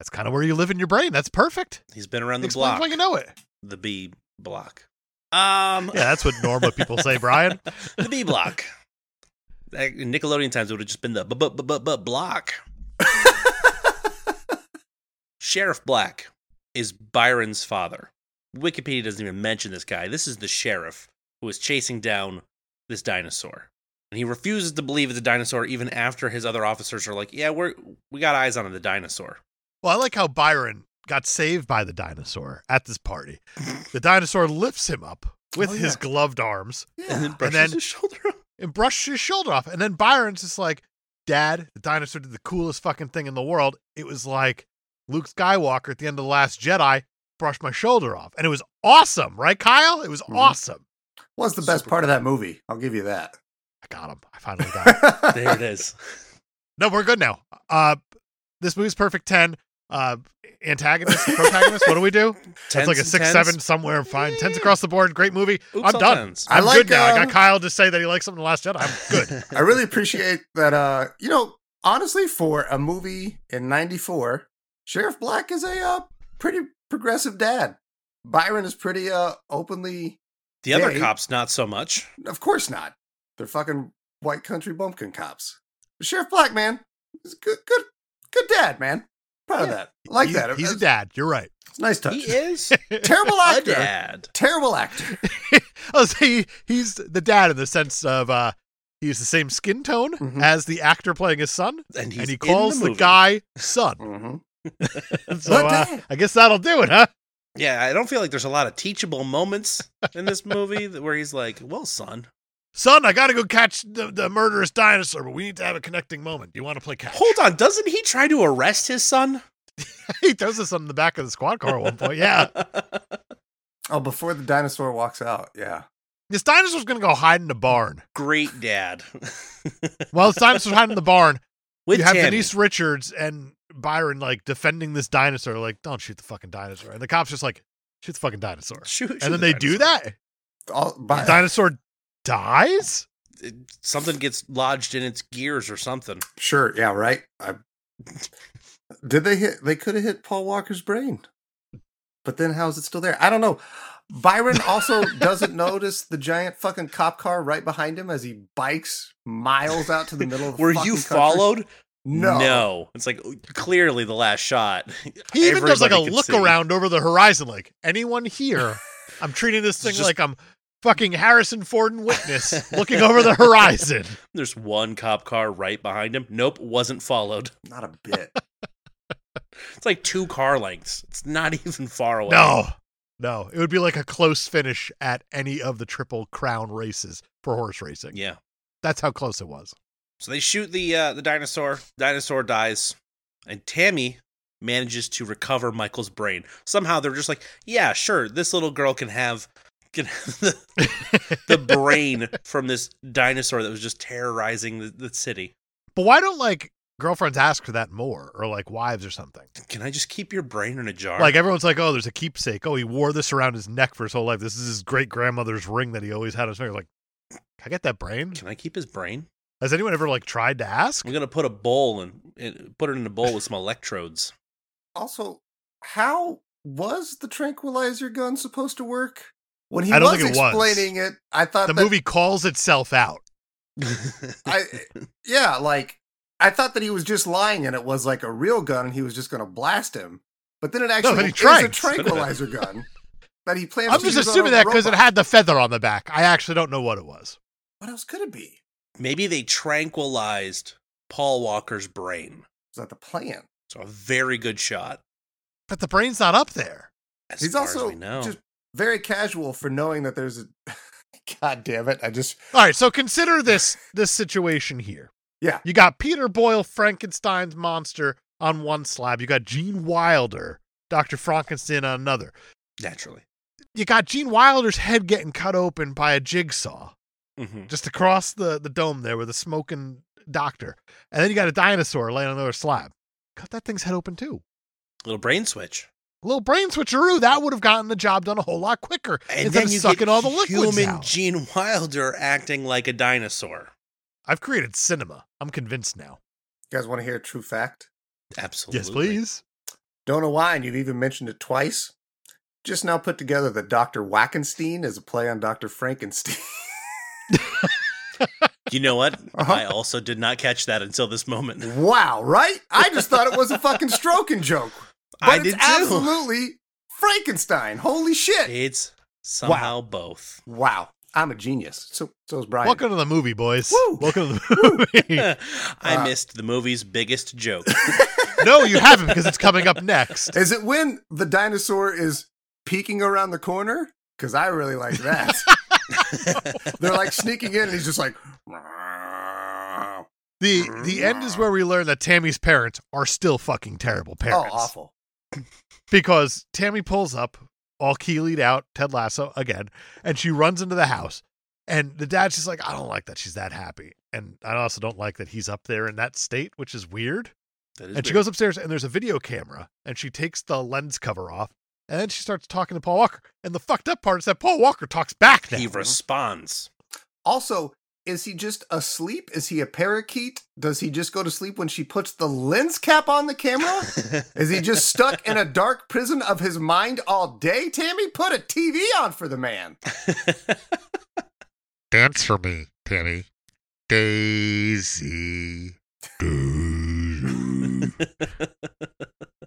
Speaker 2: That's kind of where you live in your brain. That's perfect.
Speaker 4: He's been around the
Speaker 2: Explains
Speaker 4: block.
Speaker 2: why you know it.
Speaker 4: the B block. Um
Speaker 2: Yeah, that's what normal people say, Brian.
Speaker 4: the B block. Like, In Nickelodeon times it would have just been the bu- bu- bu- bu- bu- block. Sheriff Black is Byron's father. Wikipedia doesn't even mention this guy. This is the sheriff who is chasing down this dinosaur. And he refuses to believe it's a dinosaur even after his other officers are like, "Yeah, we're we got eyes on the dinosaur."
Speaker 2: Well, I like how Byron got saved by the dinosaur at this party. The dinosaur lifts him up with
Speaker 3: Oh,
Speaker 2: his
Speaker 3: yeah.
Speaker 2: gloved arms
Speaker 4: And then
Speaker 3: Yeah.
Speaker 4: brushes
Speaker 2: then-
Speaker 4: his shoulder.
Speaker 2: and brushes his shoulder off. And then Byron's just like, Dad, the dinosaur did the coolest fucking thing in the world. It was like Luke Skywalker at the end of The Last Jedi brushed my shoulder off. And it was awesome, right, Kyle? It was
Speaker 3: Mhm.
Speaker 2: awesome.
Speaker 3: Was the best part of that movie. I'll give you that.
Speaker 2: I got him. I finally got him.
Speaker 4: There it is.
Speaker 2: No, we're good now. Uh, this movie's perfect ten. Uh, antagonist, protagonist. what do we do? That's
Speaker 4: Tens
Speaker 2: like a
Speaker 4: and
Speaker 2: six,
Speaker 4: tens.
Speaker 2: seven somewhere. Fine,
Speaker 4: Yeah.
Speaker 2: tens across the board. Great movie.
Speaker 4: Oops,
Speaker 2: I'm
Speaker 4: all
Speaker 2: done.
Speaker 4: tens.
Speaker 3: I
Speaker 2: I'm
Speaker 3: like,
Speaker 2: good now. I
Speaker 3: uh,
Speaker 2: got Kyle to say that he likes something in the last Jedi. I'm good.
Speaker 3: I really appreciate that. Uh, you know, honestly, for a movie in '94, Sheriff Black is a uh, pretty progressive dad. Byron is pretty uh, openly.
Speaker 4: The other
Speaker 3: Yeah, he-
Speaker 4: cops, not so much.
Speaker 3: Of course not. They're fucking white country bumpkin cops. But Sheriff Black, man, he's a good, good, good dad, man. Proud of
Speaker 4: Yeah.
Speaker 3: that. I Like
Speaker 2: he's,
Speaker 3: that.
Speaker 2: He's a
Speaker 3: That's-
Speaker 2: dad. You're right.
Speaker 3: it's a nice touch.
Speaker 4: He is
Speaker 3: Terrible
Speaker 4: a
Speaker 3: actor.
Speaker 4: dad.
Speaker 3: Terrible actor.
Speaker 2: I'll say Oh, he, he's the dad in the sense of uh, he's the same skin tone
Speaker 3: Mhm.
Speaker 2: as the actor playing his son,
Speaker 4: And, Mm-hmm. he's
Speaker 2: and he
Speaker 4: in
Speaker 2: calls the,
Speaker 4: movie.
Speaker 2: guy son.
Speaker 3: hmm
Speaker 2: so uh,
Speaker 3: dad.
Speaker 2: I guess that'll do it, huh?
Speaker 4: Yeah, I don't feel like there's a lot of teachable moments in this movie that- where he's like, "Well, son,
Speaker 2: Son, I gotta go catch the, the murderous dinosaur, but we need to have a connecting moment. Do you want to play catch?
Speaker 4: hold on, doesn't he try to arrest his son?"
Speaker 2: he throws us on the back of the squad car at one point. Yeah,
Speaker 3: Oh, before the dinosaur walks out. Yeah.
Speaker 2: this dinosaur's gonna go hide in the barn.
Speaker 4: Great dad.
Speaker 2: While this dinosaur's hiding in the barn,
Speaker 4: With
Speaker 2: you have
Speaker 4: Tammy.
Speaker 2: Denise Richards and Byron like defending this dinosaur. Like, don't shoot the fucking dinosaur. And the cops just like shoot the fucking dinosaur.
Speaker 4: Shoot- shoot
Speaker 2: and then they
Speaker 4: the
Speaker 2: do
Speaker 4: dinosaur.
Speaker 2: that.
Speaker 3: All,
Speaker 2: The
Speaker 3: by,
Speaker 2: Uh, dinosaur dies.
Speaker 4: It- Something gets lodged in its gears or something.
Speaker 3: Sure. Yeah. Right. I, did they hit? They could have hit Paul Walker's brain, but then how is it still there? I don't know. Byron also doesn't notice the giant fucking cop car right behind him as he bikes miles out to the middle of. the
Speaker 4: Were
Speaker 3: fucking
Speaker 4: you
Speaker 3: country.
Speaker 4: followed?
Speaker 3: No.
Speaker 4: no. It's like oh, clearly the last shot.
Speaker 2: He even does like a
Speaker 4: Everybody can
Speaker 2: look
Speaker 4: see.
Speaker 2: around over the horizon. Like, anyone here? I'm treating this thing
Speaker 4: Just-
Speaker 2: like I'm fucking Harrison Ford and Witness looking over the horizon.
Speaker 4: There's one cop car right behind him. Nope, wasn't followed.
Speaker 3: Not a bit.
Speaker 4: It's like two car lengths. It's not even far away.
Speaker 2: No, no. It would be like a close finish at any of the Triple Crown races for horse racing.
Speaker 4: Yeah.
Speaker 2: That's how close it was.
Speaker 4: So they shoot the uh, the dinosaur. Dinosaur dies, and Tammy manages to recover Michael's brain. Somehow they're just like, yeah, sure, this little girl can have can have the, the brain from this dinosaur that was just terrorizing the, the city.
Speaker 2: But why don't like girlfriends ask for that more or like wives or something?
Speaker 4: Can I just keep your brain in a jar?
Speaker 2: Like everyone's like, oh, there's a keepsake. Oh, he wore this around his neck for his whole life. This is his great grandmother's ring that he always had on his finger. Like, can I get that brain?
Speaker 4: can I keep his brain?
Speaker 2: Has anyone ever like tried to ask?
Speaker 4: I'm gonna put a bowl and, and put it in a bowl with some electrodes.
Speaker 3: Also, how was the tranquilizer gun supposed to work? When he
Speaker 2: I don't
Speaker 3: was
Speaker 2: think it was.
Speaker 3: explaining it, I thought
Speaker 2: The
Speaker 3: that
Speaker 2: movie calls itself out.
Speaker 3: I yeah, like I thought that he was just lying and it was like a real gun and he was just going to blast him. But then it actually
Speaker 2: but he
Speaker 3: is a
Speaker 2: tried.
Speaker 3: tranquilizer gun that he plans.
Speaker 2: I'm
Speaker 3: to
Speaker 2: just
Speaker 3: use on
Speaker 2: assuming
Speaker 3: a
Speaker 2: that because it
Speaker 3: robot.
Speaker 2: had the feather on the back. I actually don't know what it was.
Speaker 3: What else could it be?
Speaker 4: Maybe they tranquilized Paul Walker's brain.
Speaker 3: Is that the plan?
Speaker 4: So a very good shot.
Speaker 2: But the brain's not up there.
Speaker 4: As
Speaker 3: He's
Speaker 4: far as
Speaker 3: also
Speaker 4: we know.
Speaker 3: just very casual for knowing that there's a. God damn it! I just
Speaker 2: All right, so consider this this situation here.
Speaker 3: Yeah.
Speaker 2: You got Peter Boyle, Frankenstein's monster on one slab. You got Gene Wilder, Dr. Frankenstein on another.
Speaker 4: Naturally.
Speaker 2: You got Gene Wilder's head getting cut open by a jigsaw
Speaker 4: hmm
Speaker 2: just across the, the dome there with a smoking doctor. And then you got a dinosaur laying on another slab. Cut that thing's head open too.
Speaker 4: Little brain switch.
Speaker 2: little brain switcheroo, that would have gotten the job done a whole lot quicker instead of sucking all the liquids
Speaker 4: human
Speaker 2: out.
Speaker 4: Gene Wilder acting like a dinosaur.
Speaker 2: I've created cinema. I'm convinced now.
Speaker 3: you guys want to hear a true fact.
Speaker 4: Absolutely.
Speaker 2: Yes, please.
Speaker 3: Don't know why, and you've even mentioned it twice. Just now put together that Dr. Wackenstein is a play on Dr. Frankenstein.
Speaker 4: You know what?
Speaker 3: Uh-huh.
Speaker 4: I also did not catch that until this moment.
Speaker 3: wow, right? I just thought it was a fucking stroking joke. But
Speaker 4: I
Speaker 3: it's
Speaker 4: did too.
Speaker 3: absolutely Frankenstein. Holy shit.
Speaker 4: It's somehow both.
Speaker 3: Wow. I'm a genius. So so is Brian.
Speaker 2: Welcome to the movie, boys.
Speaker 3: Woo!
Speaker 2: Welcome to the movie.
Speaker 4: I
Speaker 2: uh,
Speaker 3: Wow.
Speaker 4: missed the movie's biggest joke.
Speaker 2: no, you haven't because it's coming up next.
Speaker 3: Is it when the dinosaur is peeking around the corner? Because I really like that. They're like sneaking in and he's just like "Meow." Oh,
Speaker 2: The the end is where we learn that Tammy's parents are still fucking terrible
Speaker 3: Oh
Speaker 2: parents.
Speaker 3: awful.
Speaker 2: Because Tammy pulls up, all keyed out, Ted Lasso again, and she runs into the house. And the dad's just like, I don't like that she's that happy. And I also don't like that he's up there in that state, which is weird.
Speaker 4: That
Speaker 2: and
Speaker 4: is
Speaker 2: she
Speaker 4: weird.
Speaker 2: goes upstairs and there's a video camera and she takes the lens cover off and then she starts talking to Paul Walker. And the fucked up part is that Paul Walker talks back now.
Speaker 4: He responds.
Speaker 3: Also, is he just asleep? Is he a parakeet? Does he just go to sleep when she puts the lens cap on the camera? is he just stuck in a dark prison of his mind all day? Tammy, put a TV on for the man.
Speaker 2: Dance for me, Tammy. Daisy. Daisy.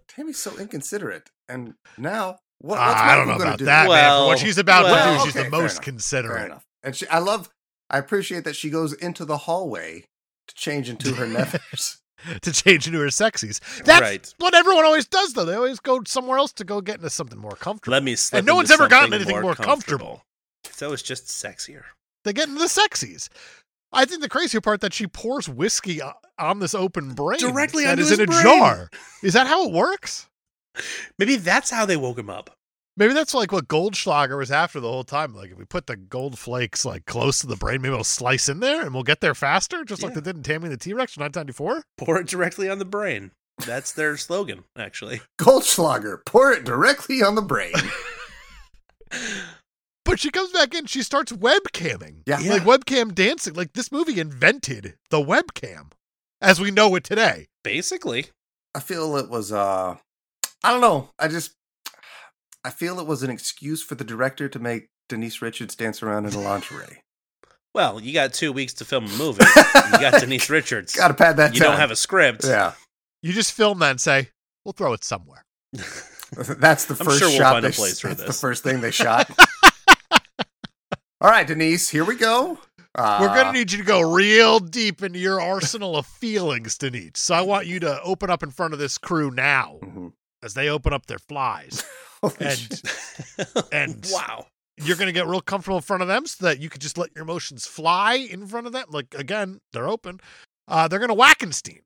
Speaker 3: Tammy's so inconsiderate. And now, what, what's
Speaker 2: I don't know
Speaker 3: Michael gonna
Speaker 2: about
Speaker 3: do?
Speaker 2: that, man. For
Speaker 4: Well-
Speaker 2: what she's about
Speaker 4: well-
Speaker 2: to do, she's
Speaker 3: Okay,
Speaker 2: the
Speaker 3: fair
Speaker 2: most
Speaker 3: enough. Fair
Speaker 2: considerate.
Speaker 3: enough. And she, I love, I appreciate that she goes into the hallway to change into her nethers.
Speaker 2: To change into her sexies. That's
Speaker 4: Right.
Speaker 2: what everyone always does, though. They always go somewhere else to go get into something more comfortable.
Speaker 4: Let me slip
Speaker 2: And no
Speaker 4: into
Speaker 2: one's ever gotten
Speaker 4: something
Speaker 2: anything more comfortable.
Speaker 4: So it's just sexier.
Speaker 2: they get into the sexies. I think the crazier part that she pours whiskey o- on this open brain
Speaker 4: Directly
Speaker 2: that
Speaker 4: onto
Speaker 2: is
Speaker 4: his
Speaker 2: in a
Speaker 4: brain.
Speaker 2: jar. Is that how it works?
Speaker 4: Maybe that's how they woke him up.
Speaker 2: Maybe that's like what Goldschlager was after the whole time. Like if we put the gold flakes like close to the brain, maybe it'll slice in there and we'll get there faster, just like
Speaker 4: Yeah.
Speaker 2: they did in Tammy and the T Rex from 1994.
Speaker 4: Pour it directly on the brain. That's their slogan, actually.
Speaker 3: Goldschlager, pour it directly on the brain.
Speaker 2: But she comes back in, she starts webcamming.
Speaker 3: Yeah.
Speaker 2: Like webcam dancing. Like this movie invented the webcam as we know it today.
Speaker 4: Basically.
Speaker 3: I feel it was uh I don't know. I just I feel it was an excuse for the director to make Denise Richards dance around in a lingerie.
Speaker 4: Well, you got two weeks to film a movie. You got Denise Richards.
Speaker 3: Gotta pad that
Speaker 4: you
Speaker 3: down.
Speaker 4: don't have a script.
Speaker 3: Yeah.
Speaker 2: You just film that and say, we'll throw it somewhere.
Speaker 3: That's the
Speaker 4: I'm
Speaker 3: 1st
Speaker 4: sure we'll
Speaker 3: shot.
Speaker 4: find a
Speaker 3: they-
Speaker 4: place for
Speaker 3: that's
Speaker 4: this.
Speaker 3: the first thing they shot. All right, Denise, here we go. Uh,
Speaker 2: We're going to need you to go real deep into your arsenal of feelings, Denise. So I want you to open up in front of this crew now
Speaker 3: Mhm.
Speaker 2: as they open up their flies.
Speaker 3: Holy shit.
Speaker 2: And And-
Speaker 4: wow.
Speaker 2: you're going to get real comfortable in front of them so that you can just let your emotions fly in front of them. Like, again, they're open. Uh, they're going to Wackenstein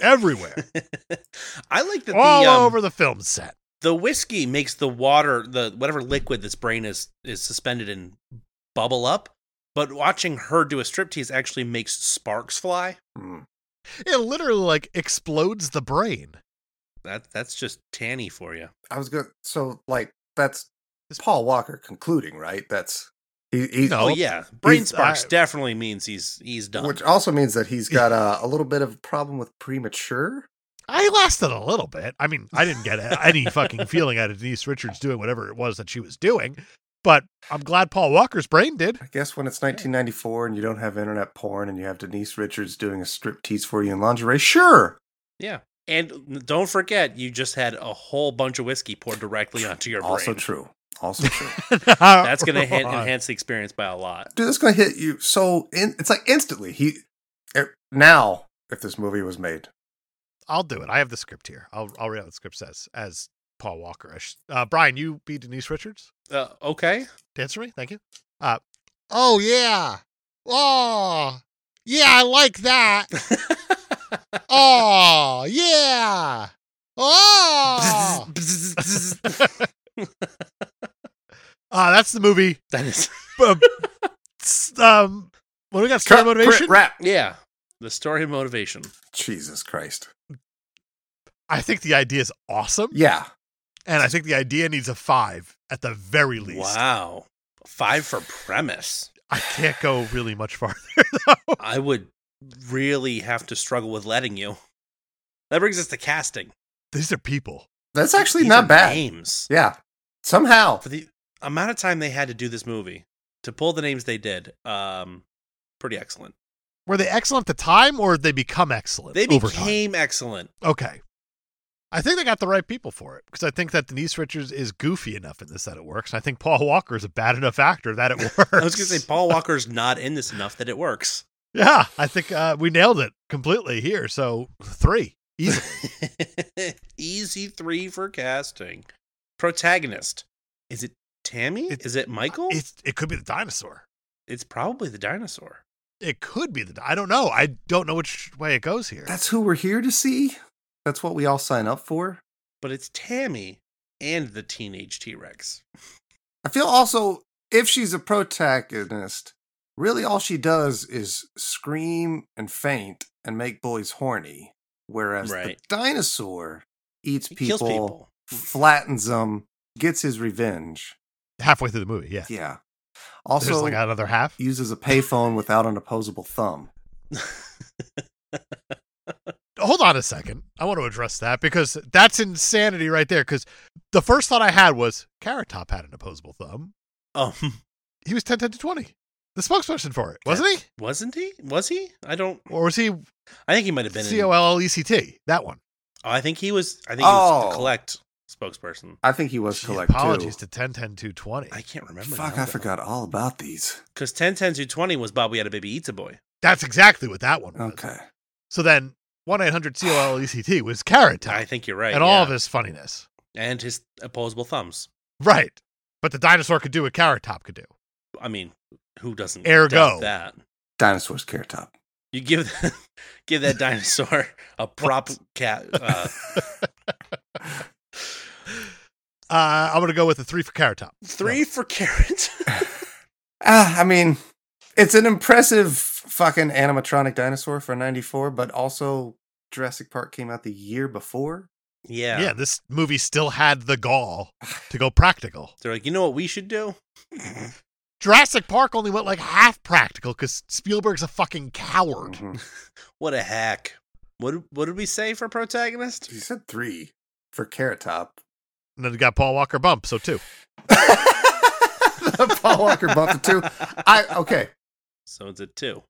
Speaker 2: everywhere,
Speaker 4: I like that
Speaker 2: all
Speaker 4: the um,
Speaker 2: over the film set.
Speaker 4: the whiskey makes the water, the whatever liquid this brain is is suspended in, bubble up. But watching her do a striptease actually makes sparks fly.
Speaker 3: Mm.
Speaker 2: It literally, like, explodes the brain.
Speaker 4: That that's just tanny for you.
Speaker 3: I was good. So, like, that's Paul Walker concluding, right? That's he, he,
Speaker 2: No.
Speaker 4: Oh,
Speaker 2: Oh,
Speaker 4: yeah, brain
Speaker 2: he's-
Speaker 4: sparks
Speaker 2: I-
Speaker 4: definitely means he's he's done.
Speaker 3: which also means that he's got uh, a little bit of a problem with premature.
Speaker 2: I lasted a little bit. I mean, I didn't get any fucking feeling out of Denise Richards doing whatever it was that she was doing, but I'm glad Paul Walker's brain did.
Speaker 3: I guess when it's 1994 and you don't have internet porn and you have Denise Richards doing a striptease for you in lingerie, sure.
Speaker 4: yeah, and don't forget, you just had a whole bunch of whiskey poured directly onto your brain.
Speaker 3: Also true. Also true.
Speaker 4: That's going to
Speaker 2: Right.
Speaker 4: enhance the experience by a lot.
Speaker 3: Dude, that's going to hit you so in, it's like instantly. He er, now if this movie was made.
Speaker 2: I'll do it. I have the script here. I'll I'll read out what the script says as Paul Walker. I sh- Uh, Brian, you beat Denise Richards.
Speaker 4: Uh, okay.
Speaker 2: Dance for me. Thank you. Uh, oh, yeah. Oh, yeah. I like that. Oh, yeah. Oh. Uh, that's the movie.
Speaker 4: that is
Speaker 2: Um, s- um, what do we got? Story
Speaker 3: Cut, print,
Speaker 2: motivation.
Speaker 3: Rap.
Speaker 4: yeah. The story of motivation.
Speaker 3: Jesus Christ.
Speaker 2: I think the idea is awesome,
Speaker 3: Yeah.
Speaker 2: and I think the idea needs a five at the very least.
Speaker 4: Wow. Five for premise.
Speaker 2: I can't go really much farther.
Speaker 4: I would really have to struggle with letting you. That brings us to casting.
Speaker 2: These are people.
Speaker 3: That's actually
Speaker 4: These
Speaker 3: not
Speaker 4: are
Speaker 3: bad.
Speaker 4: Names.
Speaker 3: Yeah. Somehow.
Speaker 4: For the amount of time they had to do this movie, to pull the names they did, um, pretty excellent.
Speaker 2: Were they excellent at the time, or did they become excellent?
Speaker 4: They
Speaker 2: over time?
Speaker 4: became excellent.
Speaker 2: Okay. I think they got the right people for it because I think that Denise Richards is goofy enough in this that it works. And I think Paul Walker is a bad enough actor that it works.
Speaker 4: I was going to say, Paul Walker's not in this enough that it works.
Speaker 2: yeah, I think uh, we nailed it completely here. So three. Easy.
Speaker 4: Easy three for casting. Protagonist. Is it Tammy?
Speaker 2: It-
Speaker 4: Is it Michael?
Speaker 2: It's, it could be the dinosaur.
Speaker 4: it's probably the dinosaur.
Speaker 2: It could be the. di- I don't know. I don't know which way it goes here.
Speaker 3: That's who we're here to see. That's what we all sign up for.
Speaker 4: But it's Tammy and the teenage T Rex.
Speaker 3: I feel also if she's a protagonist, really all she does is scream and faint and make boys horny, whereas the
Speaker 4: Right.
Speaker 3: dinosaur eats
Speaker 4: He
Speaker 3: people,
Speaker 4: kills people.
Speaker 3: flattens them, gets his revenge.
Speaker 2: Halfway through the movie, yeah.
Speaker 3: Yeah.
Speaker 2: There's
Speaker 3: Also
Speaker 2: like another half.
Speaker 3: uses a payphone without an opposable thumb.
Speaker 2: hold on a second. I want to address that because that's insanity right there. Because the first thought I had was Carrot Top had an opposable thumb.
Speaker 4: Um,
Speaker 2: He was 10, 10 to 20. The spokesperson for it, wasn't he?
Speaker 4: wasn't he? Was he? I don't.
Speaker 2: Or was he
Speaker 4: I think he might have been.
Speaker 2: C
Speaker 4: in,
Speaker 2: O
Speaker 4: oh,
Speaker 2: L L E C T? That one.
Speaker 4: I think he was. I think he was
Speaker 3: Oh.
Speaker 4: the collect spokesperson.
Speaker 3: I think he was
Speaker 2: Gee,
Speaker 3: collect
Speaker 2: apologies
Speaker 3: too.
Speaker 2: to 10, 10 to 20.
Speaker 4: I can't remember.
Speaker 3: Fuck, I forgot all about these.
Speaker 4: Because 10 10 to 20 was Bobby Had a Baby Eats a Boy.
Speaker 2: That's exactly what that one was.
Speaker 3: Okay.
Speaker 2: So then 1 800 C O L L E C T was Carrot Top
Speaker 4: I think you're right.
Speaker 2: and all
Speaker 4: yeah.
Speaker 2: of his funniness.
Speaker 4: And his opposable thumbs.
Speaker 2: Right. But the dinosaur could do what Carrot Top could do.
Speaker 4: I mean, who doesn't
Speaker 2: Ergo.
Speaker 4: doubt that?
Speaker 3: Dinosaurs care top.
Speaker 4: You give give that dinosaur a prop cat. Uh,
Speaker 2: Uh, I'm going to go with a three for Carrot Top.
Speaker 4: three for carrot.
Speaker 3: Ah, I mean, it's an impressive fucking animatronic dinosaur for 94, but also Jurassic Park came out the year before.
Speaker 4: yeah.
Speaker 2: Yeah. this movie still had the gall to go practical.
Speaker 4: They're like, you know what we should do?
Speaker 2: Jurassic Park only went like half practical because Spielberg's a fucking coward.
Speaker 3: Mhm.
Speaker 4: What a hack. What what did we say for protagonist?
Speaker 3: You said three for Carrot Top.
Speaker 2: And then you got Paul Walker bump, so two.
Speaker 3: the Paul Walker bump it too. I okay.
Speaker 4: So it's a two.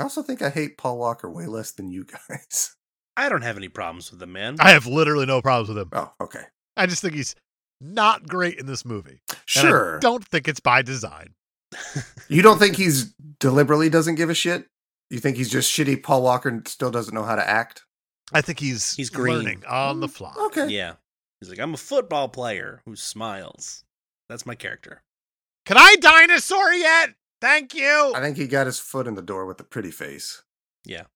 Speaker 3: I also think I hate Paul Walker way less than you guys.
Speaker 4: I don't have any problems with the man.
Speaker 2: I have literally no problems with him.
Speaker 3: Oh, okay.
Speaker 2: I just think he's not great in this movie. And I
Speaker 3: Sure.
Speaker 2: don't think it's by design.
Speaker 3: You don't think he's deliberately doesn't give a shit? You think he's just shitty Paul Walker and still doesn't know how to act?
Speaker 2: I think he's
Speaker 4: He's green.
Speaker 2: learning on the fly.
Speaker 3: Mm, Okay.
Speaker 4: yeah. He's like, I'm a football player who smiles. That's my character.
Speaker 2: Can I dinosaur yet? Thank you.
Speaker 3: I think he got his foot in the door with the pretty face.
Speaker 4: And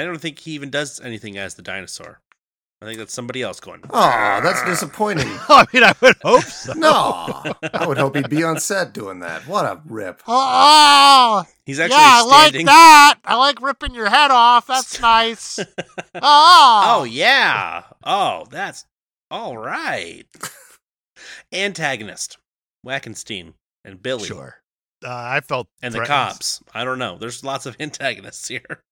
Speaker 4: I don't think he even does anything as the dinosaur. I think that's somebody else going.
Speaker 3: Oh,
Speaker 4: Ah.
Speaker 3: that's disappointing.
Speaker 2: I mean, I would hope so.
Speaker 3: No, I would hope he'd be on set doing that. What a rip.
Speaker 2: Oh,
Speaker 4: He's
Speaker 2: yeah,
Speaker 4: actually
Speaker 2: I like
Speaker 4: standing.
Speaker 2: that. I like ripping your head off. That's nice. oh,
Speaker 4: Oh yeah. Oh, that's all right. Antagonist, Wackenstein and Billy
Speaker 2: Sure. Uh, I felt
Speaker 4: and the
Speaker 2: threatened.
Speaker 4: cops. I don't know. There's lots of antagonists here.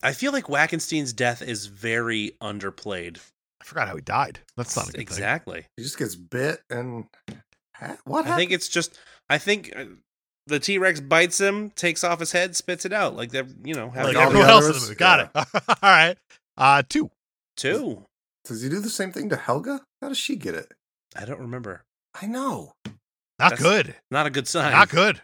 Speaker 4: I feel like Wackenstein's death is very underplayed.
Speaker 2: I forgot how he died. That's not a good thing.
Speaker 4: exactly.
Speaker 3: He just gets bit and Ha- what
Speaker 4: I
Speaker 3: happened?
Speaker 4: think it's just. I think uh, the T Rex bites him, takes off his head, spits it out like that. You know,
Speaker 2: Like
Speaker 4: having
Speaker 3: all the
Speaker 2: everyone else in the
Speaker 3: others.
Speaker 2: movie. Got it. All right. Uh, two.
Speaker 4: two.
Speaker 3: Does he do the same thing to Helga? How does she get it?
Speaker 4: I don't remember.
Speaker 3: I know.
Speaker 2: Not
Speaker 4: That's-
Speaker 2: good.
Speaker 4: Not a good sign.
Speaker 2: Not good.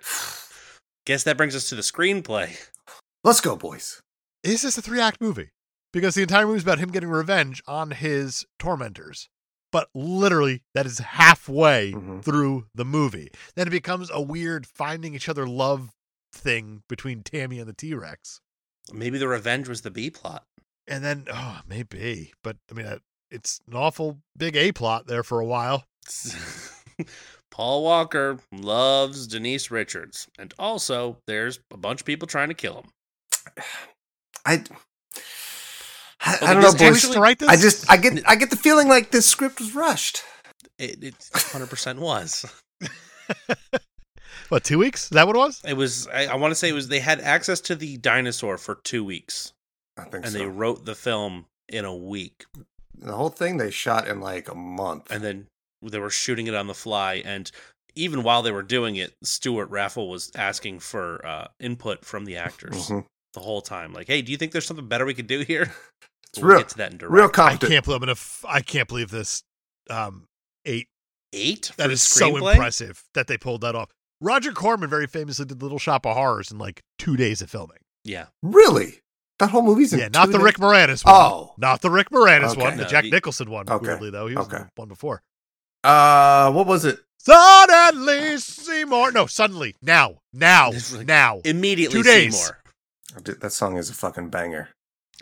Speaker 4: Guess that brings us to the screenplay.
Speaker 3: Let's go, boys.
Speaker 2: Is this a three act movie? Because the entire movie is about him getting revenge on his tormentors. but literally that is halfway
Speaker 4: Mm-hmm.
Speaker 3: Mhm.
Speaker 2: through the movie. Then it becomes a weird finding each other love thing between Tammy and the T Rex.
Speaker 4: Maybe the revenge was the B plot.
Speaker 2: And then, oh, maybe, but I mean, uh, it's an awful big A plot there for a while.
Speaker 4: Paul Walker loves Denise Richards, and also there's a bunch of people trying to kill him.
Speaker 3: I, I,
Speaker 4: Okay,
Speaker 3: I don't
Speaker 4: this
Speaker 3: know,
Speaker 2: Did
Speaker 3: boys.
Speaker 4: actually-
Speaker 2: write this?
Speaker 3: I just, I get, I get the feeling like this script was rushed.
Speaker 4: It, it 100% was.
Speaker 2: what two weeks? Is that what it was?
Speaker 4: It was. I, I want to say it was. They had access to the dinosaur for two weeks,
Speaker 3: I think
Speaker 4: and
Speaker 3: so.
Speaker 4: they wrote the film in a week,
Speaker 3: the whole thing they shot in like a month.
Speaker 4: and then they were shooting it on the fly. And even while they were doing it, Stuart Raffle was asking for uh, input from the actors
Speaker 3: Mhm.
Speaker 4: the whole time. Like, hey, do you think there's something better we could do here?
Speaker 3: It's real-
Speaker 4: get to that in direct.
Speaker 3: Real
Speaker 2: I
Speaker 3: competent.
Speaker 2: can't believe I'm gonna. F- I can't believe this. Um, eight.
Speaker 4: Eight.
Speaker 2: That
Speaker 4: for
Speaker 2: is so
Speaker 4: screenplay?
Speaker 2: impressive that they pulled that off. Roger Corman very famously did Little Shop of Horrors in like two days of filming.
Speaker 4: Yeah.
Speaker 3: Really? That whole movie's in
Speaker 2: Yeah, not
Speaker 3: two
Speaker 2: the
Speaker 3: days?
Speaker 2: Rick Moranis one.
Speaker 3: Oh,
Speaker 2: Not the Rick Moranis
Speaker 3: Okay.
Speaker 2: one, the
Speaker 4: No,
Speaker 2: Jack
Speaker 4: the-
Speaker 2: Nicholson one,
Speaker 3: Okay.
Speaker 2: weirdly, though. He was in
Speaker 3: Okay.
Speaker 2: the one before.
Speaker 3: uh, what was it?
Speaker 2: Suddenly Seymour. No, suddenly. Now. Now.
Speaker 4: It's like-
Speaker 2: now.
Speaker 4: Immediately.
Speaker 2: Two days.
Speaker 4: Seymour.
Speaker 3: I did- That song is a fucking banger.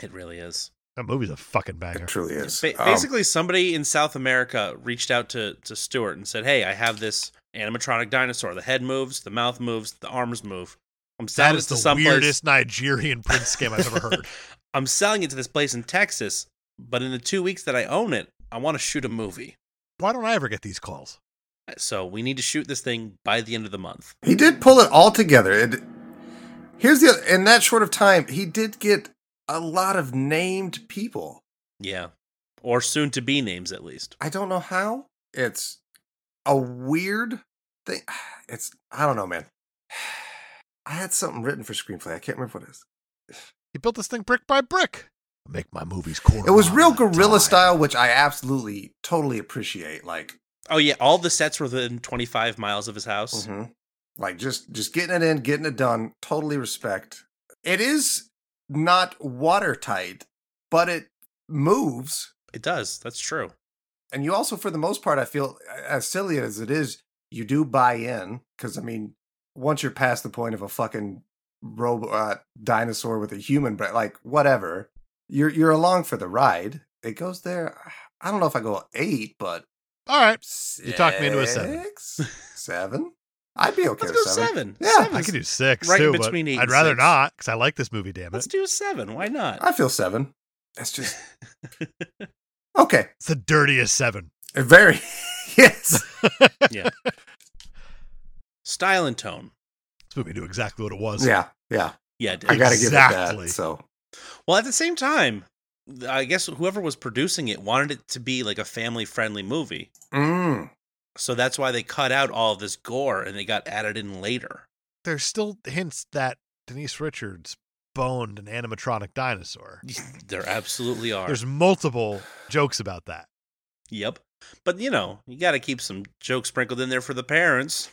Speaker 4: It really is.
Speaker 2: that movie's a fucking banger.
Speaker 3: It truly
Speaker 4: Yeah,
Speaker 3: is.
Speaker 4: ba-
Speaker 3: Um,
Speaker 4: basically, somebody in South America reached out to to Stewart and said, "Hey, I have this animatronic dinosaur. The head moves, the mouth moves, the arms move. I'm selling
Speaker 2: That is
Speaker 4: it to
Speaker 2: the
Speaker 4: someplace.
Speaker 2: weirdest Nigerian prince scam I've ever heard.
Speaker 4: I'm selling it to this place in Texas. But in the two weeks that I own it, I want to shoot a movie.
Speaker 2: Why don't I ever get these calls?
Speaker 4: So we need to shoot this thing by the end of the month.
Speaker 3: he did pull it all together. It, here's the in that short of time, he did get a lot of named people.
Speaker 4: Yeah, or soon to be names at least.
Speaker 3: I don't know how. It's a weird thing. It's I don't know, man. I had something written for screenplay. I can't remember what it is.
Speaker 2: He built this thing brick by brick. Make my movies core.
Speaker 3: It was real guerrilla style, which I absolutely totally appreciate. Like,
Speaker 4: Oh yeah, all the sets were within 25 miles of his house.
Speaker 3: Mm-hmm. like just just getting it in, getting it done. Totally respect. It is not watertight, but it moves.
Speaker 4: It does. That's true.
Speaker 3: and you also for the most part i feel as silly as it is you do buy in because i mean once you're past the point of a fucking robot dinosaur with a human brain like whatever you're you're along for the ride it goes there i don't know if i go eight but
Speaker 2: All right.
Speaker 3: six,
Speaker 2: You talked me into a seven.
Speaker 3: seven i'd be okay
Speaker 4: Let's
Speaker 3: with
Speaker 4: go
Speaker 3: seven.
Speaker 4: seven.
Speaker 3: Yeah,
Speaker 2: I
Speaker 4: Seven's-
Speaker 2: could do six,
Speaker 4: Right in
Speaker 2: too, but
Speaker 4: between eight
Speaker 2: I'd
Speaker 4: and
Speaker 2: rather
Speaker 4: six.
Speaker 2: not because I like this movie, damn
Speaker 4: Let's
Speaker 2: it.
Speaker 4: do a seven. Why not?
Speaker 3: i feel seven that's just okay
Speaker 2: It's the dirtiest seven.
Speaker 3: very yes
Speaker 4: Style and tone.
Speaker 2: This movie knew exactly what it was.
Speaker 3: yeah yeah
Speaker 4: Yeah,
Speaker 3: i
Speaker 4: dude.
Speaker 3: gotta give it
Speaker 2: Exactly.
Speaker 3: that so
Speaker 4: Well, at the same time, I guess whoever was producing it wanted it to be like a family friendly movie.
Speaker 3: mm.
Speaker 4: So that's why they cut out all of this gore and they got added in later.
Speaker 2: There's still hints that Denise Richards boned an animatronic dinosaur.
Speaker 4: There absolutely are.
Speaker 2: There's multiple jokes about that.
Speaker 4: Yep. But you know, you got to keep some jokes sprinkled in there for the parents.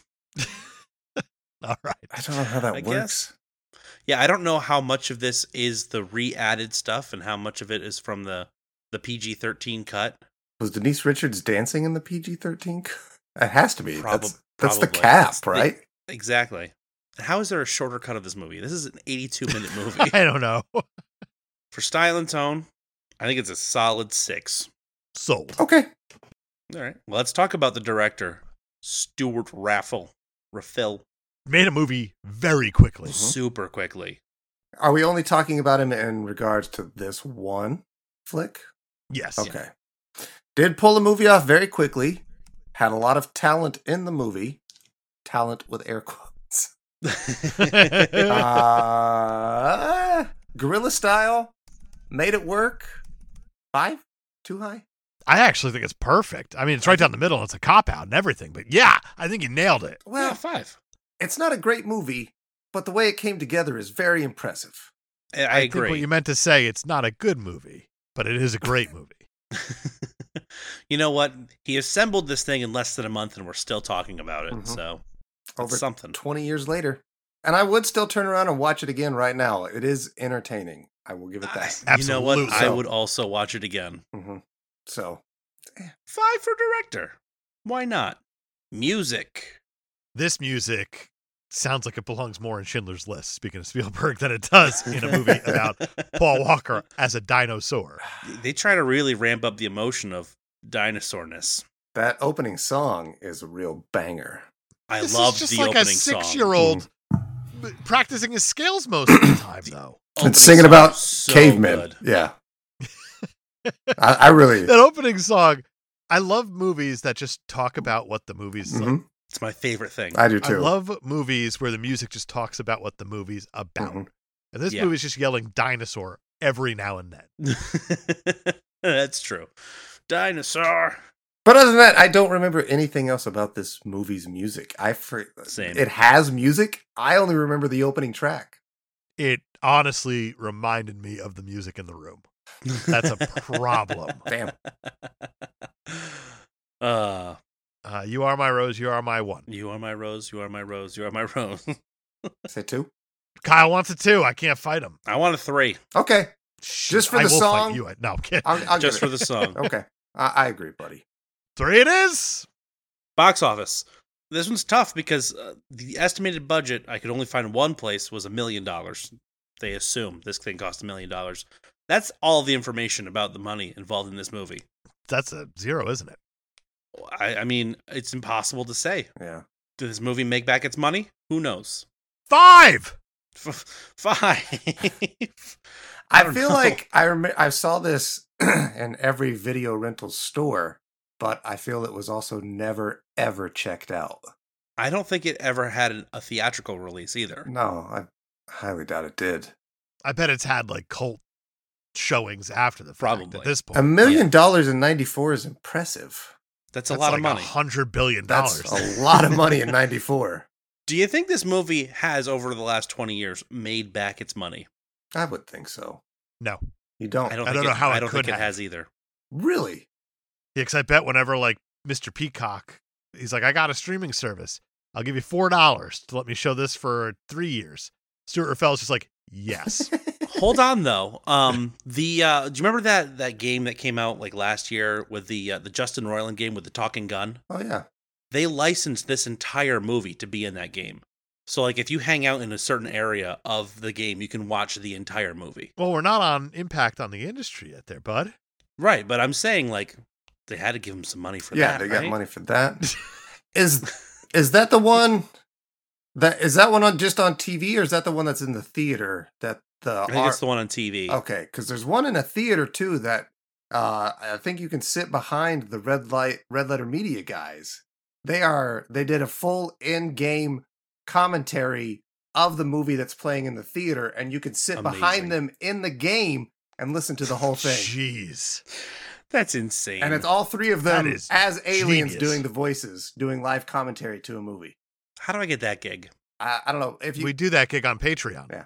Speaker 2: All right.
Speaker 3: I don't know how that
Speaker 4: I
Speaker 3: works.
Speaker 4: guess. Yeah, I don't know how much of this is the re-added stuff and how much of it is from the the PG-13 cut.
Speaker 3: Was Denise Richards dancing in the PG thirteen? It has to be.
Speaker 4: Probab-
Speaker 3: that's, that's the
Speaker 4: probably.
Speaker 3: cap,
Speaker 4: That's the-
Speaker 3: right?
Speaker 4: Exactly. How is there a shorter cut of this movie? This is an 82 minute movie.
Speaker 2: I don't know.
Speaker 4: For style and tone, I think it's a solid six.
Speaker 2: Sold.
Speaker 3: Okay.
Speaker 4: All right. Well, let's talk about the director, Stuart Raffle. Raffel,
Speaker 2: Made a movie very
Speaker 4: Mm-hmm.
Speaker 2: quickly.
Speaker 3: Mhm.
Speaker 4: super quickly.
Speaker 3: Are we only talking about him in regards to this one flick?
Speaker 2: Yes.
Speaker 3: Okay. Did pull the movie off very quickly. Had a lot of talent in the movie. Talent with air quotes. uh, guerrilla style. Made it work. Five? Too high?
Speaker 2: I actually think it's perfect. I mean, it's right down the middle. And it's a cop out and everything. But yeah, I think you nailed it.
Speaker 4: Well,
Speaker 3: Well,
Speaker 4: yeah, five.
Speaker 3: it's not a great movie, but the way it came together is very impressive.
Speaker 4: I, I
Speaker 2: think what
Speaker 4: agree.
Speaker 2: you
Speaker 4: You,
Speaker 2: meant to say, it's not a good movie, but it is a great movie.
Speaker 4: know what? He assembled this thing in less than a month, and we're still talking about it.
Speaker 3: Mhm.
Speaker 4: So it's
Speaker 3: Over
Speaker 4: something.
Speaker 3: 20 years later. And I would still turn around and watch it again right now. It is entertaining. I will give it that.
Speaker 4: You know what?
Speaker 2: Absolutely.
Speaker 4: I would also watch it again.
Speaker 3: hmm So
Speaker 4: Five for director. Why not? Music.
Speaker 2: This music sounds like it belongs more in Schindler's List, speaking of Spielberg, than it does in a movie about Paul Walker as a dinosaur.
Speaker 4: They try to really ramp up the emotion of dinosaurness.
Speaker 3: That opening song is a real banger.
Speaker 4: I
Speaker 2: this
Speaker 4: love
Speaker 2: is just
Speaker 4: the
Speaker 2: like
Speaker 4: opening
Speaker 2: a six
Speaker 4: song. Mm.
Speaker 2: year old practicing his scales most of the time, though.
Speaker 4: Opening
Speaker 3: it's singing
Speaker 4: song
Speaker 3: about
Speaker 4: is Oh, so
Speaker 3: cavemen.
Speaker 4: good.
Speaker 3: Yeah. I, I really.
Speaker 2: That opening song, I love movies that just talk about what the movie's like.
Speaker 3: Mhm.
Speaker 4: It's my favorite thing.
Speaker 3: I do
Speaker 2: I
Speaker 3: too.
Speaker 2: love movies where the music just talks about what the movie's about.
Speaker 3: Mhm.
Speaker 2: And this
Speaker 4: Yeah.
Speaker 2: movie's just yelling dinosaur every now and then.
Speaker 4: That's true. Dinosaur.
Speaker 3: But other than that, I don't remember anything else about this movie's music. I for
Speaker 4: Same.
Speaker 3: It has music. I only remember the opening track.
Speaker 2: It honestly reminded me of the music in the room. That's a problem.
Speaker 3: Damn.
Speaker 4: Uh,
Speaker 2: Uh, you are my rose, you are my one.
Speaker 4: you are my rose. You are my rose. You are my rose.
Speaker 3: Say two.
Speaker 2: Kyle wants it too. I can't fight him.
Speaker 4: I want a three
Speaker 3: Okay.
Speaker 2: Shit,
Speaker 3: for
Speaker 2: I
Speaker 3: the
Speaker 2: will
Speaker 3: song?
Speaker 2: Fight you. No, I'm kidding.
Speaker 3: I'll, I'll
Speaker 4: just for
Speaker 3: give
Speaker 4: the
Speaker 3: it.
Speaker 4: song.
Speaker 3: Okay. I, I agree, buddy.
Speaker 2: Three it is.
Speaker 4: Box office. This one's tough because uh, the estimated budget I could only find one place was a million dollars. They assume this thing cost a million dollars. That's all the information about the money involved in this movie.
Speaker 2: That's a zero, isn't it?
Speaker 4: I, I mean, it's impossible to say.
Speaker 3: Yeah.
Speaker 4: Did this movie make back its money? Who knows?
Speaker 2: Five.
Speaker 4: F- five.
Speaker 3: I,
Speaker 4: don't
Speaker 3: feel
Speaker 4: know.
Speaker 3: like I rem- I saw this in every video rental store, but I feel it was also never ever checked out.
Speaker 4: I don't think it ever had an, a theatrical release either.
Speaker 3: No, I highly doubt it did.
Speaker 2: I bet it's had like cult showings after the fact
Speaker 4: Probably.
Speaker 2: at this point.
Speaker 3: A million dollars in '94 is impressive.
Speaker 4: That's a lot of money.
Speaker 2: hundred billion
Speaker 3: That's
Speaker 2: dollars.
Speaker 3: a lot of money in '94.
Speaker 4: Do you think this movie has, over the last 20 years, made back its money?
Speaker 3: I would think so.
Speaker 2: No,
Speaker 3: You don't,
Speaker 4: Oh, I don't,
Speaker 2: I
Speaker 4: think
Speaker 2: don't
Speaker 4: it,
Speaker 2: know how
Speaker 4: I
Speaker 2: it
Speaker 4: don't think
Speaker 2: could
Speaker 4: it
Speaker 2: have.
Speaker 4: has either.
Speaker 3: really?
Speaker 2: because I bet whenever like Mr. Peacock, he's like, I got a streaming service. I'll give you four dollars to let me show this for three years. Stuart Raffell's just like, yes.
Speaker 4: Hold on though. Um, the uh, do you remember that that game that came out like last year with the uh, the Justin Roiland game with the talking gun?
Speaker 3: Oh yeah.
Speaker 4: They licensed this entire movie to be in that game. So like if you hang out in a certain area of the game, you can watch the entire movie.
Speaker 2: well, we're not on impact on the industry yet, there, bud.
Speaker 4: Right, but I'm saying like they had to give him some money for
Speaker 3: yeah,
Speaker 4: that.
Speaker 3: they got
Speaker 4: right?
Speaker 3: money for that. is is that the one that is that one on just on TV or is that the one that's in the theater that the Oh.
Speaker 4: I think
Speaker 3: R-
Speaker 4: it's the one on TV.
Speaker 3: Okay, because there's one in a theater too that uh, I think you can sit behind the red light, red letter media guys. They are they did a full in-game commentary of the movie that's playing in the theater, and you can sit
Speaker 4: Amazing.
Speaker 3: behind them in the game and listen to the whole thing.
Speaker 2: Jeez.
Speaker 4: That's insane.
Speaker 3: And it's all three of them
Speaker 2: That is
Speaker 3: as aliens
Speaker 2: genius.
Speaker 3: doing the voices, doing live commentary to a movie.
Speaker 4: How do I get that gig?
Speaker 3: I, I don't know if you
Speaker 2: we do that gig on Patreon.
Speaker 3: Yeah.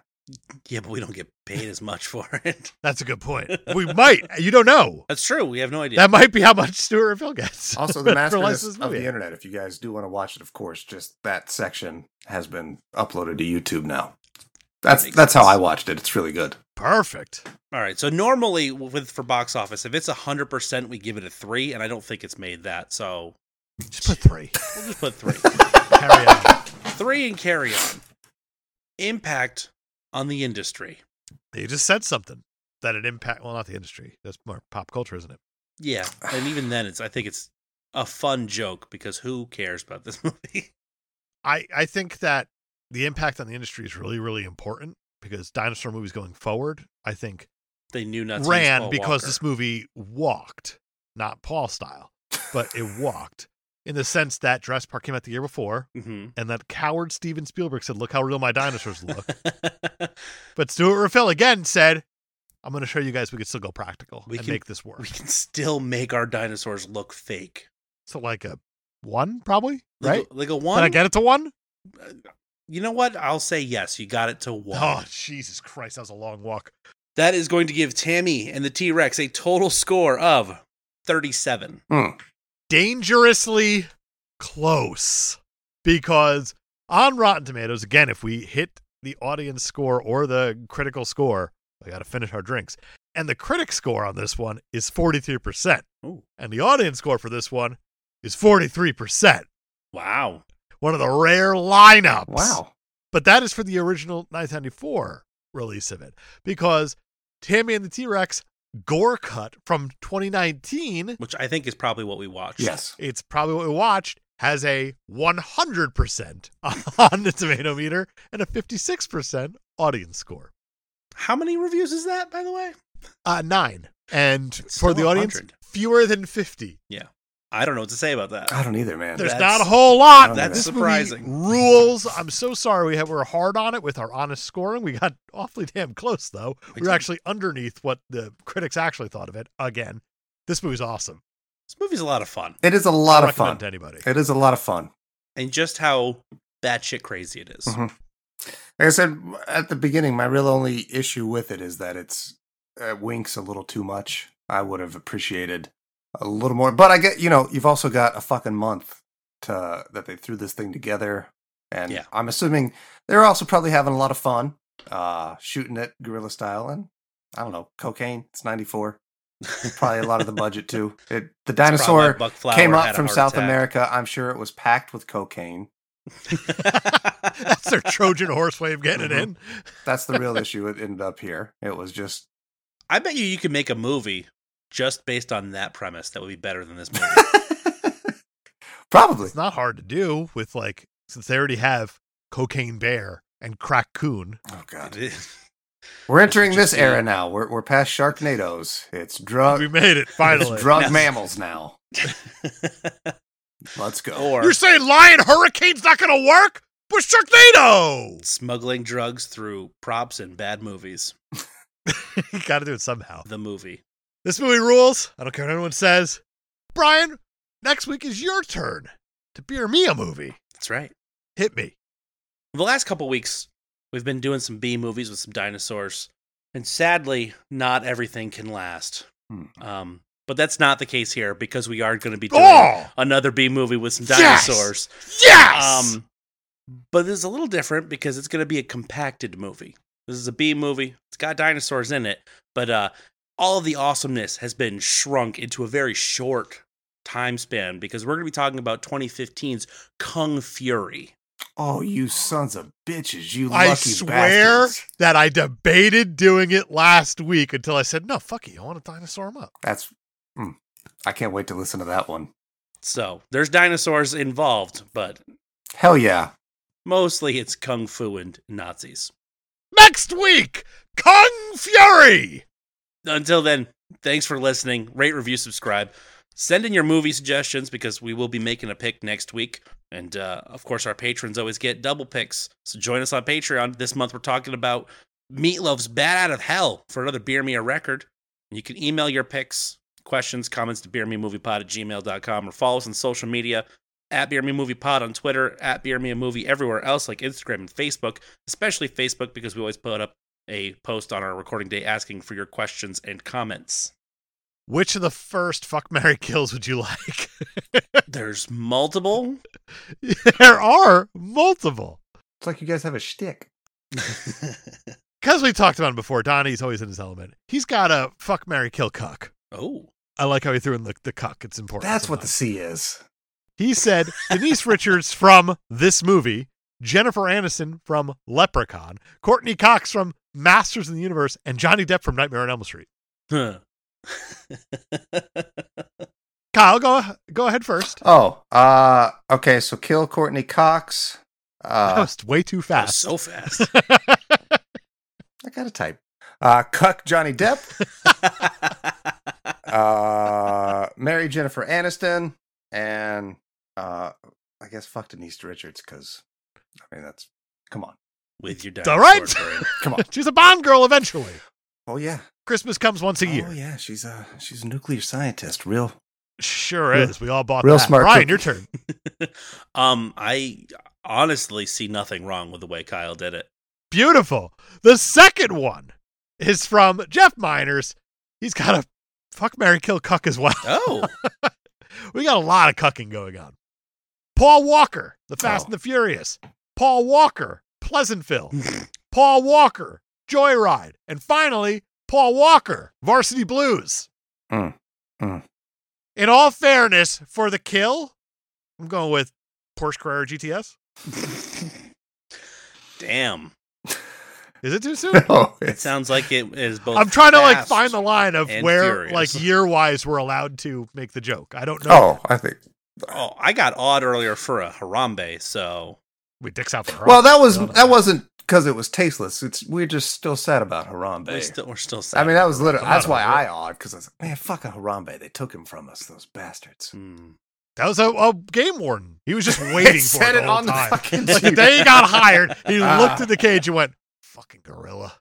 Speaker 4: Yeah, but we don't get paid as much for it.
Speaker 2: That's a good point. We might. You don't know.
Speaker 4: That's true. We have no idea.
Speaker 2: That might be how much Stuart Phil gets.
Speaker 3: also
Speaker 2: for
Speaker 3: the masters
Speaker 2: licensed
Speaker 3: of the
Speaker 2: movie.
Speaker 3: internet. If you guys do want to watch it, of course, just that section has been uploaded to YouTube now. That's
Speaker 4: Makes
Speaker 3: that's how
Speaker 4: sense.
Speaker 3: I watched it. It's really good.
Speaker 2: Perfect.
Speaker 4: All right. So normally with for box office, if it's hundred percent, we give it a three, and I don't think it's made that. So
Speaker 2: Just put three.
Speaker 4: we'll just put three,
Speaker 2: Carry on.
Speaker 4: three, and carry on. Impact on the industry.
Speaker 2: You just said something that it impact. Well, not the industry. That's more pop culture, isn't it?
Speaker 4: Yeah, and even then, it's I think it's a fun joke because who cares about this movie?
Speaker 2: I I think that the impact on the industry is really really important because dinosaur movies going forward, I think,
Speaker 4: They knew not to use
Speaker 2: ran
Speaker 4: Paul
Speaker 2: because
Speaker 4: Walker.
Speaker 2: this movie walked, not Paul style, but it walked in the sense that Dress Park came out the year before,
Speaker 4: Mhm.
Speaker 2: and that coward Steven Spielberg said, "Look how real my dinosaurs look." But Stuart Raffel again said, "I'm going to show you guys we can still go practical
Speaker 4: We
Speaker 2: and
Speaker 4: can-
Speaker 2: make this work."
Speaker 4: we can still make our dinosaurs look fake.
Speaker 2: So like a one probably,
Speaker 4: They go-
Speaker 2: right?
Speaker 4: They go
Speaker 2: Did I
Speaker 4: one.
Speaker 2: get it to one?
Speaker 4: you know what? I'll say yes. You got it to one.
Speaker 2: Oh Jesus Christ, that was a long walk.
Speaker 4: That is going to give Tammy and the T Rex a total score of 37.
Speaker 2: Dangerously close because on Rotten Tomatoes, again, if we hit the audience score or the critical score, I got to finish our drinks. And the critic score on this one is 43%.
Speaker 4: Ooh.
Speaker 2: And the audience score for this one is 43%.
Speaker 4: Wow.
Speaker 2: One of the rare lineups.
Speaker 3: Wow.
Speaker 2: But that is for the original 1994 release of it because Tammy and the T Rex gore cut from 2019,
Speaker 4: Which I think is probably what we watched.
Speaker 3: Yes.
Speaker 2: it's probably what we watched, has a 100% on the tomato meter and a 56% audience score.
Speaker 4: How many reviews is that, by the way?
Speaker 2: Uh, nine. And
Speaker 4: It's
Speaker 2: for
Speaker 4: still
Speaker 2: the audience,
Speaker 4: 100.
Speaker 2: fewer than 50.
Speaker 4: I don't know what to say about that.
Speaker 3: I don't either, man.
Speaker 2: There's
Speaker 4: That's-
Speaker 2: not a whole lot.
Speaker 3: That's
Speaker 2: This movie
Speaker 4: surprising.
Speaker 2: rules. I'm so sorry we have, we're hard on it with our honest scoring. We got awfully damn close, though.
Speaker 4: We
Speaker 2: We were
Speaker 4: did.
Speaker 2: actually underneath what the critics actually thought of it. Again, this movie's awesome.
Speaker 4: This movie's a lot of fun.
Speaker 3: It is a lot
Speaker 2: I
Speaker 3: of
Speaker 2: recommend
Speaker 3: fun.
Speaker 2: to anybody.
Speaker 3: It is a lot of fun.
Speaker 4: And just how batshit crazy it is.
Speaker 3: Mhm. Like I said at the beginning, my real only issue with it is that it's it winks a little too much. I would have appreciated a little more, but I get you know you've also got a fucking month to that they threw this thing together, and
Speaker 4: Yeah.
Speaker 3: I'm assuming they're also probably having a lot of fun uh, shooting it guerrilla style and I don't know cocaine. It's '94, probably a lot of the budget too. It the
Speaker 4: That's probably why
Speaker 3: dinosaur
Speaker 4: Buck Flower
Speaker 3: came
Speaker 4: had
Speaker 3: up
Speaker 4: a
Speaker 3: from
Speaker 4: heart
Speaker 3: South
Speaker 4: attack.
Speaker 3: America. I'm sure it was packed with cocaine.
Speaker 2: That's their Trojan horse way of getting it
Speaker 3: Mhm.
Speaker 2: in.
Speaker 3: That's the real issue. It ended up here. It was just
Speaker 4: I bet you you could make a movie just based on that premise that would be better than this movie.
Speaker 3: Probably.
Speaker 2: It's not hard to do with like since they already have Cocaine Bear and Crack Coon.
Speaker 3: Oh
Speaker 4: It
Speaker 3: god.
Speaker 4: is-
Speaker 3: We're entering
Speaker 4: Just
Speaker 3: this
Speaker 4: the-
Speaker 3: era now. We're we're past Sharknadoes. It's drug
Speaker 2: we made it
Speaker 3: Uh, It's
Speaker 2: finally.
Speaker 3: drug
Speaker 4: Yes.
Speaker 3: mammals now. Let's go.
Speaker 4: or
Speaker 2: You're saying Lion Hurricane's not going to work? But Sharknado!
Speaker 4: smuggling drugs through props and bad movies.
Speaker 2: you got to do it somehow.
Speaker 4: The movie.
Speaker 2: This movie rules. I don't care what anyone says. Brian, next week is your turn to beer me a movie.
Speaker 4: That's right.
Speaker 2: Hit me.
Speaker 4: The last couple weeks, we've been doing some B movies with some dinosaurs, and sadly, not everything can last.
Speaker 3: Hmm.
Speaker 4: Um, but that's not the case here because we are going to be doing
Speaker 2: Oh,
Speaker 4: another B movie with some
Speaker 2: Yes!
Speaker 4: dinosaurs.
Speaker 2: yes!
Speaker 4: Um, but this is a little different because it's going to be a compacted movie. This is a B movie. It's got dinosaurs in it, but uh, all of the awesomeness has been shrunk into a very short time span because we're going to be talking about 2015's Kung Fury.
Speaker 3: Oh, you sons of bitches. You lucky
Speaker 2: I swear
Speaker 3: bastards.
Speaker 2: that I debated doing it last week until I said, no, fuck you. I want to dinosaur him up.
Speaker 3: That's mm. I can't wait to listen to that one.
Speaker 4: So there's dinosaurs involved, but
Speaker 3: Hell yeah.
Speaker 4: mostly it's kung fu and Nazis.
Speaker 2: Next week, Kung Fury!
Speaker 4: Until then, thanks for listening. Rate, review, subscribe. Send in your movie suggestions because we will be making a pick next week. And uh, of course, our patrons always get double picks. So join us on Patreon. This month, we're talking about Meatloaf's Bad Out of Hell for another Beer Me a Record. And you can email your picks, questions, comments to beermemoviepod at gmail.com or follow us on social media at Beer Me Movie Pod on Twitter, at Beer Me a Movie everywhere else like Instagram and Facebook, especially Facebook because we always put up a post on our recording day asking for your questions and comments.
Speaker 2: Which of the first fuck Mary kills would you like?
Speaker 4: There's multiple.
Speaker 2: there are multiple.
Speaker 3: It's like you guys have a shtick.
Speaker 2: Because we talked about him before, Donnie's always in his element. He's got a fuck Mary kill cuck.
Speaker 4: oh,
Speaker 2: I like how he threw in the, the cuck. It's important.
Speaker 3: That's what the
Speaker 2: sometimes.
Speaker 3: C is.
Speaker 2: He said Denise Richards from this movie, Jennifer Aniston from Leprechaun, Courtney Cox from Masters in the Universe, and Johnny Depp from Nightmare on Elm Street.
Speaker 4: Huh.
Speaker 2: Kyle, go go ahead first.
Speaker 3: Oh, uh okay, so kill Courtney Cox.
Speaker 2: That
Speaker 3: Uh
Speaker 2: was way too
Speaker 4: That was
Speaker 2: fast.
Speaker 4: so fast.
Speaker 3: I got to type. Uh cuck Johnny Depp. uh, marry Jennifer Aniston, and uh, I guess fuck Denise Richards because I mean that's come on,
Speaker 4: With your
Speaker 2: all right.
Speaker 4: dinosaur brain.
Speaker 3: come on.
Speaker 2: She's a Bond girl eventually.
Speaker 3: Oh yeah,
Speaker 2: Christmas comes once a year.
Speaker 3: oh yeah. She's a she's a nuclear scientist. Real.
Speaker 2: Sure
Speaker 3: Real-
Speaker 2: is. We all bought
Speaker 3: real
Speaker 2: that.
Speaker 3: smart
Speaker 2: Brian,
Speaker 3: cookie.
Speaker 2: your turn.
Speaker 4: Um, I honestly see nothing wrong with the way Kyle did it.
Speaker 2: Beautiful. The second one is from Jeff Miners. He's got a fuck Mary Kill cuck as well.
Speaker 4: Oh,
Speaker 2: We got a lot of cucking going on. Paul Walker, The Fast
Speaker 3: Oh.
Speaker 2: and the Furious. Paul Walker, Pleasantville. Paul Walker, Joyride. And finally, Paul Walker, Varsity Blues.
Speaker 3: Mm, mm.
Speaker 2: In all fairness, for the kill, I'm going with Porsche Carrera GTS.
Speaker 4: Damn.
Speaker 2: Is it too soon?
Speaker 3: No,
Speaker 4: It sounds like it is both.
Speaker 2: I'm trying to like
Speaker 4: fast
Speaker 2: find the line of
Speaker 4: and
Speaker 2: where
Speaker 4: furious.
Speaker 2: like year wise we're allowed to make the joke. I don't know.
Speaker 3: oh, I think.
Speaker 4: Oh, I got odd earlier for a Harambe, so
Speaker 2: We dicks out for
Speaker 3: Well, that was
Speaker 2: Hold on.
Speaker 3: that wasn't because it was tasteless. It's we're just still sad about Harambe.
Speaker 4: we still, we're still sad.
Speaker 3: I mean, that was literally
Speaker 2: I'm not
Speaker 3: that's why
Speaker 2: over
Speaker 3: I awed because I was like, man, fuck a Harambe. They took him from us, those bastards.
Speaker 4: Hmm.
Speaker 2: that was a, a game warden. He was just waiting
Speaker 3: They
Speaker 2: for
Speaker 3: said
Speaker 2: it the
Speaker 3: it
Speaker 2: whole
Speaker 3: on
Speaker 2: time.
Speaker 3: the fucking
Speaker 2: Like,
Speaker 3: Jeep.
Speaker 2: the day he got hired, he
Speaker 3: Ah.
Speaker 2: looked in the cage and went, "Fucking gorilla,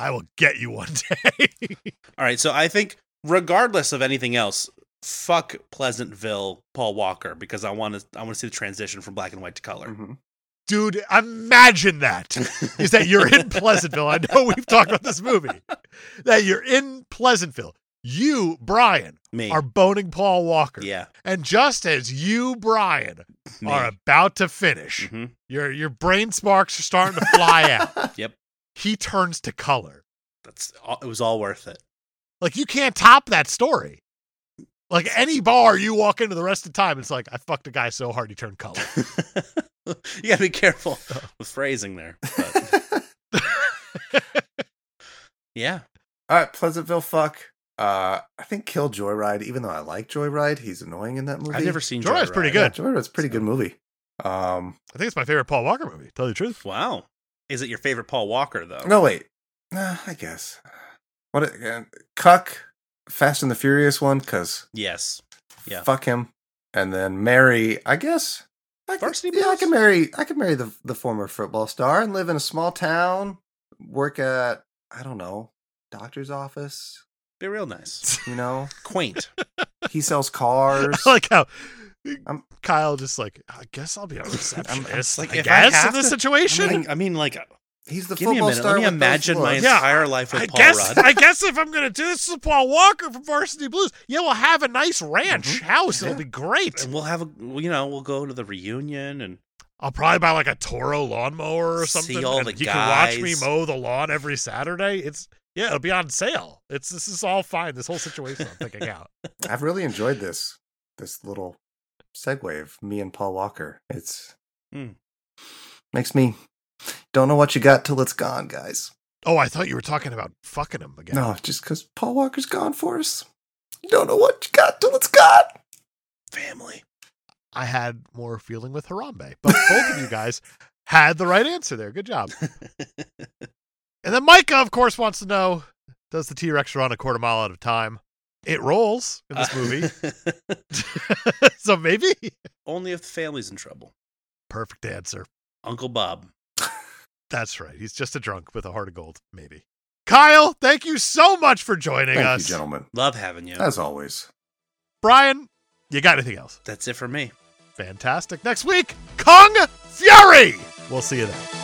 Speaker 2: I will get you one day."
Speaker 4: All right, so I think regardless of anything else, fuck Pleasantville, Paul Walker, because I want to I want to see the transition from black and white to color.
Speaker 3: Mhm.
Speaker 2: Dude, imagine that.
Speaker 3: Mm.
Speaker 2: Is that you're in Pleasantville? I know we've talked about this movie. That you're in Pleasantville. You, Brian,
Speaker 4: Me,
Speaker 2: are boning Paul Walker.
Speaker 4: yeah,
Speaker 2: And just as you, Brian,
Speaker 4: me.
Speaker 2: are about to finish,
Speaker 4: hmm
Speaker 2: your your brain sparks are starting to fly out.
Speaker 4: Yep.
Speaker 2: He turns to color.
Speaker 4: That's all, it was all worth it.
Speaker 2: Like you can't top that story. Like any bar you walk into the rest of the time, it's like I fucked a guy so hard he turned color.
Speaker 4: you gotta be careful with phrasing there. But
Speaker 3: Mm-hmm.
Speaker 4: yeah,
Speaker 3: All right, Pleasantville, fuck. Uh, I think Kill Joyride. Even though I like Joyride, he's annoying in that movie.
Speaker 4: I've never seen.
Speaker 2: Joyride's pretty
Speaker 4: Joyride.
Speaker 2: good.
Speaker 3: Yeah, Joyride's a pretty good movie. Um,
Speaker 2: I think it's my favorite Paul Walker movie. to Tell you the truth.
Speaker 4: Wow, is it your favorite Paul Walker though?
Speaker 3: no wait, nah, I guess. What? Uh, Cuck, Fast and the Furious one, because
Speaker 4: Yes. Yeah.
Speaker 3: fuck him, and then marry. I guess. I could,
Speaker 4: Varsity
Speaker 3: yeah, I
Speaker 4: Blues?
Speaker 3: can marry. I can marry the the former football star and live in a small town. Work at I don't know doctor's office.
Speaker 4: Be real nice.
Speaker 3: You know,
Speaker 4: Quaint.
Speaker 3: he sells
Speaker 2: I
Speaker 3: cars.
Speaker 2: like how
Speaker 3: I'm-
Speaker 2: Kyle just like I guess I'll be a receptionist.
Speaker 4: like,
Speaker 2: I
Speaker 4: if I
Speaker 2: guess in
Speaker 4: have
Speaker 2: this
Speaker 4: to-
Speaker 2: situation.
Speaker 4: I mean, I mean, like,
Speaker 3: He's the
Speaker 4: give me a
Speaker 3: football
Speaker 4: minute.
Speaker 3: star.
Speaker 4: Let me
Speaker 3: with those
Speaker 4: imagine my
Speaker 3: looks.
Speaker 2: Yeah,
Speaker 4: entire life with
Speaker 2: I
Speaker 4: Paul
Speaker 2: guess
Speaker 4: Rudd.
Speaker 2: I guess if I'm gonna do this, this is Paul Walker from Varsity Blues. Yeah, we'll have a nice ranch
Speaker 4: Mm-hmm.
Speaker 2: house. It'll
Speaker 3: Yeah.
Speaker 2: be great.
Speaker 4: and we'll have a, you know, we'll go to the reunion and
Speaker 2: I'll probably buy like a Toro lawnmower or
Speaker 4: See
Speaker 2: something.
Speaker 4: all
Speaker 2: and
Speaker 4: the
Speaker 2: you can watch me
Speaker 4: guys.
Speaker 2: mow the lawn every Saturday. It's yeah, it'll be on sale. It's this is all fine. This whole situation I'm thinking out.
Speaker 3: I've really enjoyed this this little segue of me and Paul Walker. It's
Speaker 4: Hmm.
Speaker 3: makes me don't know what you got till it's gone, guys.
Speaker 2: Oh, I thought you were talking about fucking him again.
Speaker 3: No, just because Paul Walker's gone for us, you don't know what you got till it's gone.
Speaker 4: family.
Speaker 2: I had more feeling with Harambe, but both of you guys had the right answer there. Good job. And then Micah, of course, wants to know: Does the T Rex run a quarter mile at a time? It rolls in this movie,
Speaker 4: movie.
Speaker 2: so maybe.
Speaker 4: Only if the family's in trouble.
Speaker 2: Perfect answer.
Speaker 4: Uncle Bob.
Speaker 2: That's right. He's just a drunk with a heart of gold, maybe. Kyle, thank you so much for joining
Speaker 3: Thank
Speaker 2: us.
Speaker 3: you, gentlemen,
Speaker 4: Love having you.
Speaker 3: as always.
Speaker 2: Brian, you got anything else?
Speaker 4: That's it for me.
Speaker 2: Fantastic. Next week, Kung Fury. We'll see you then.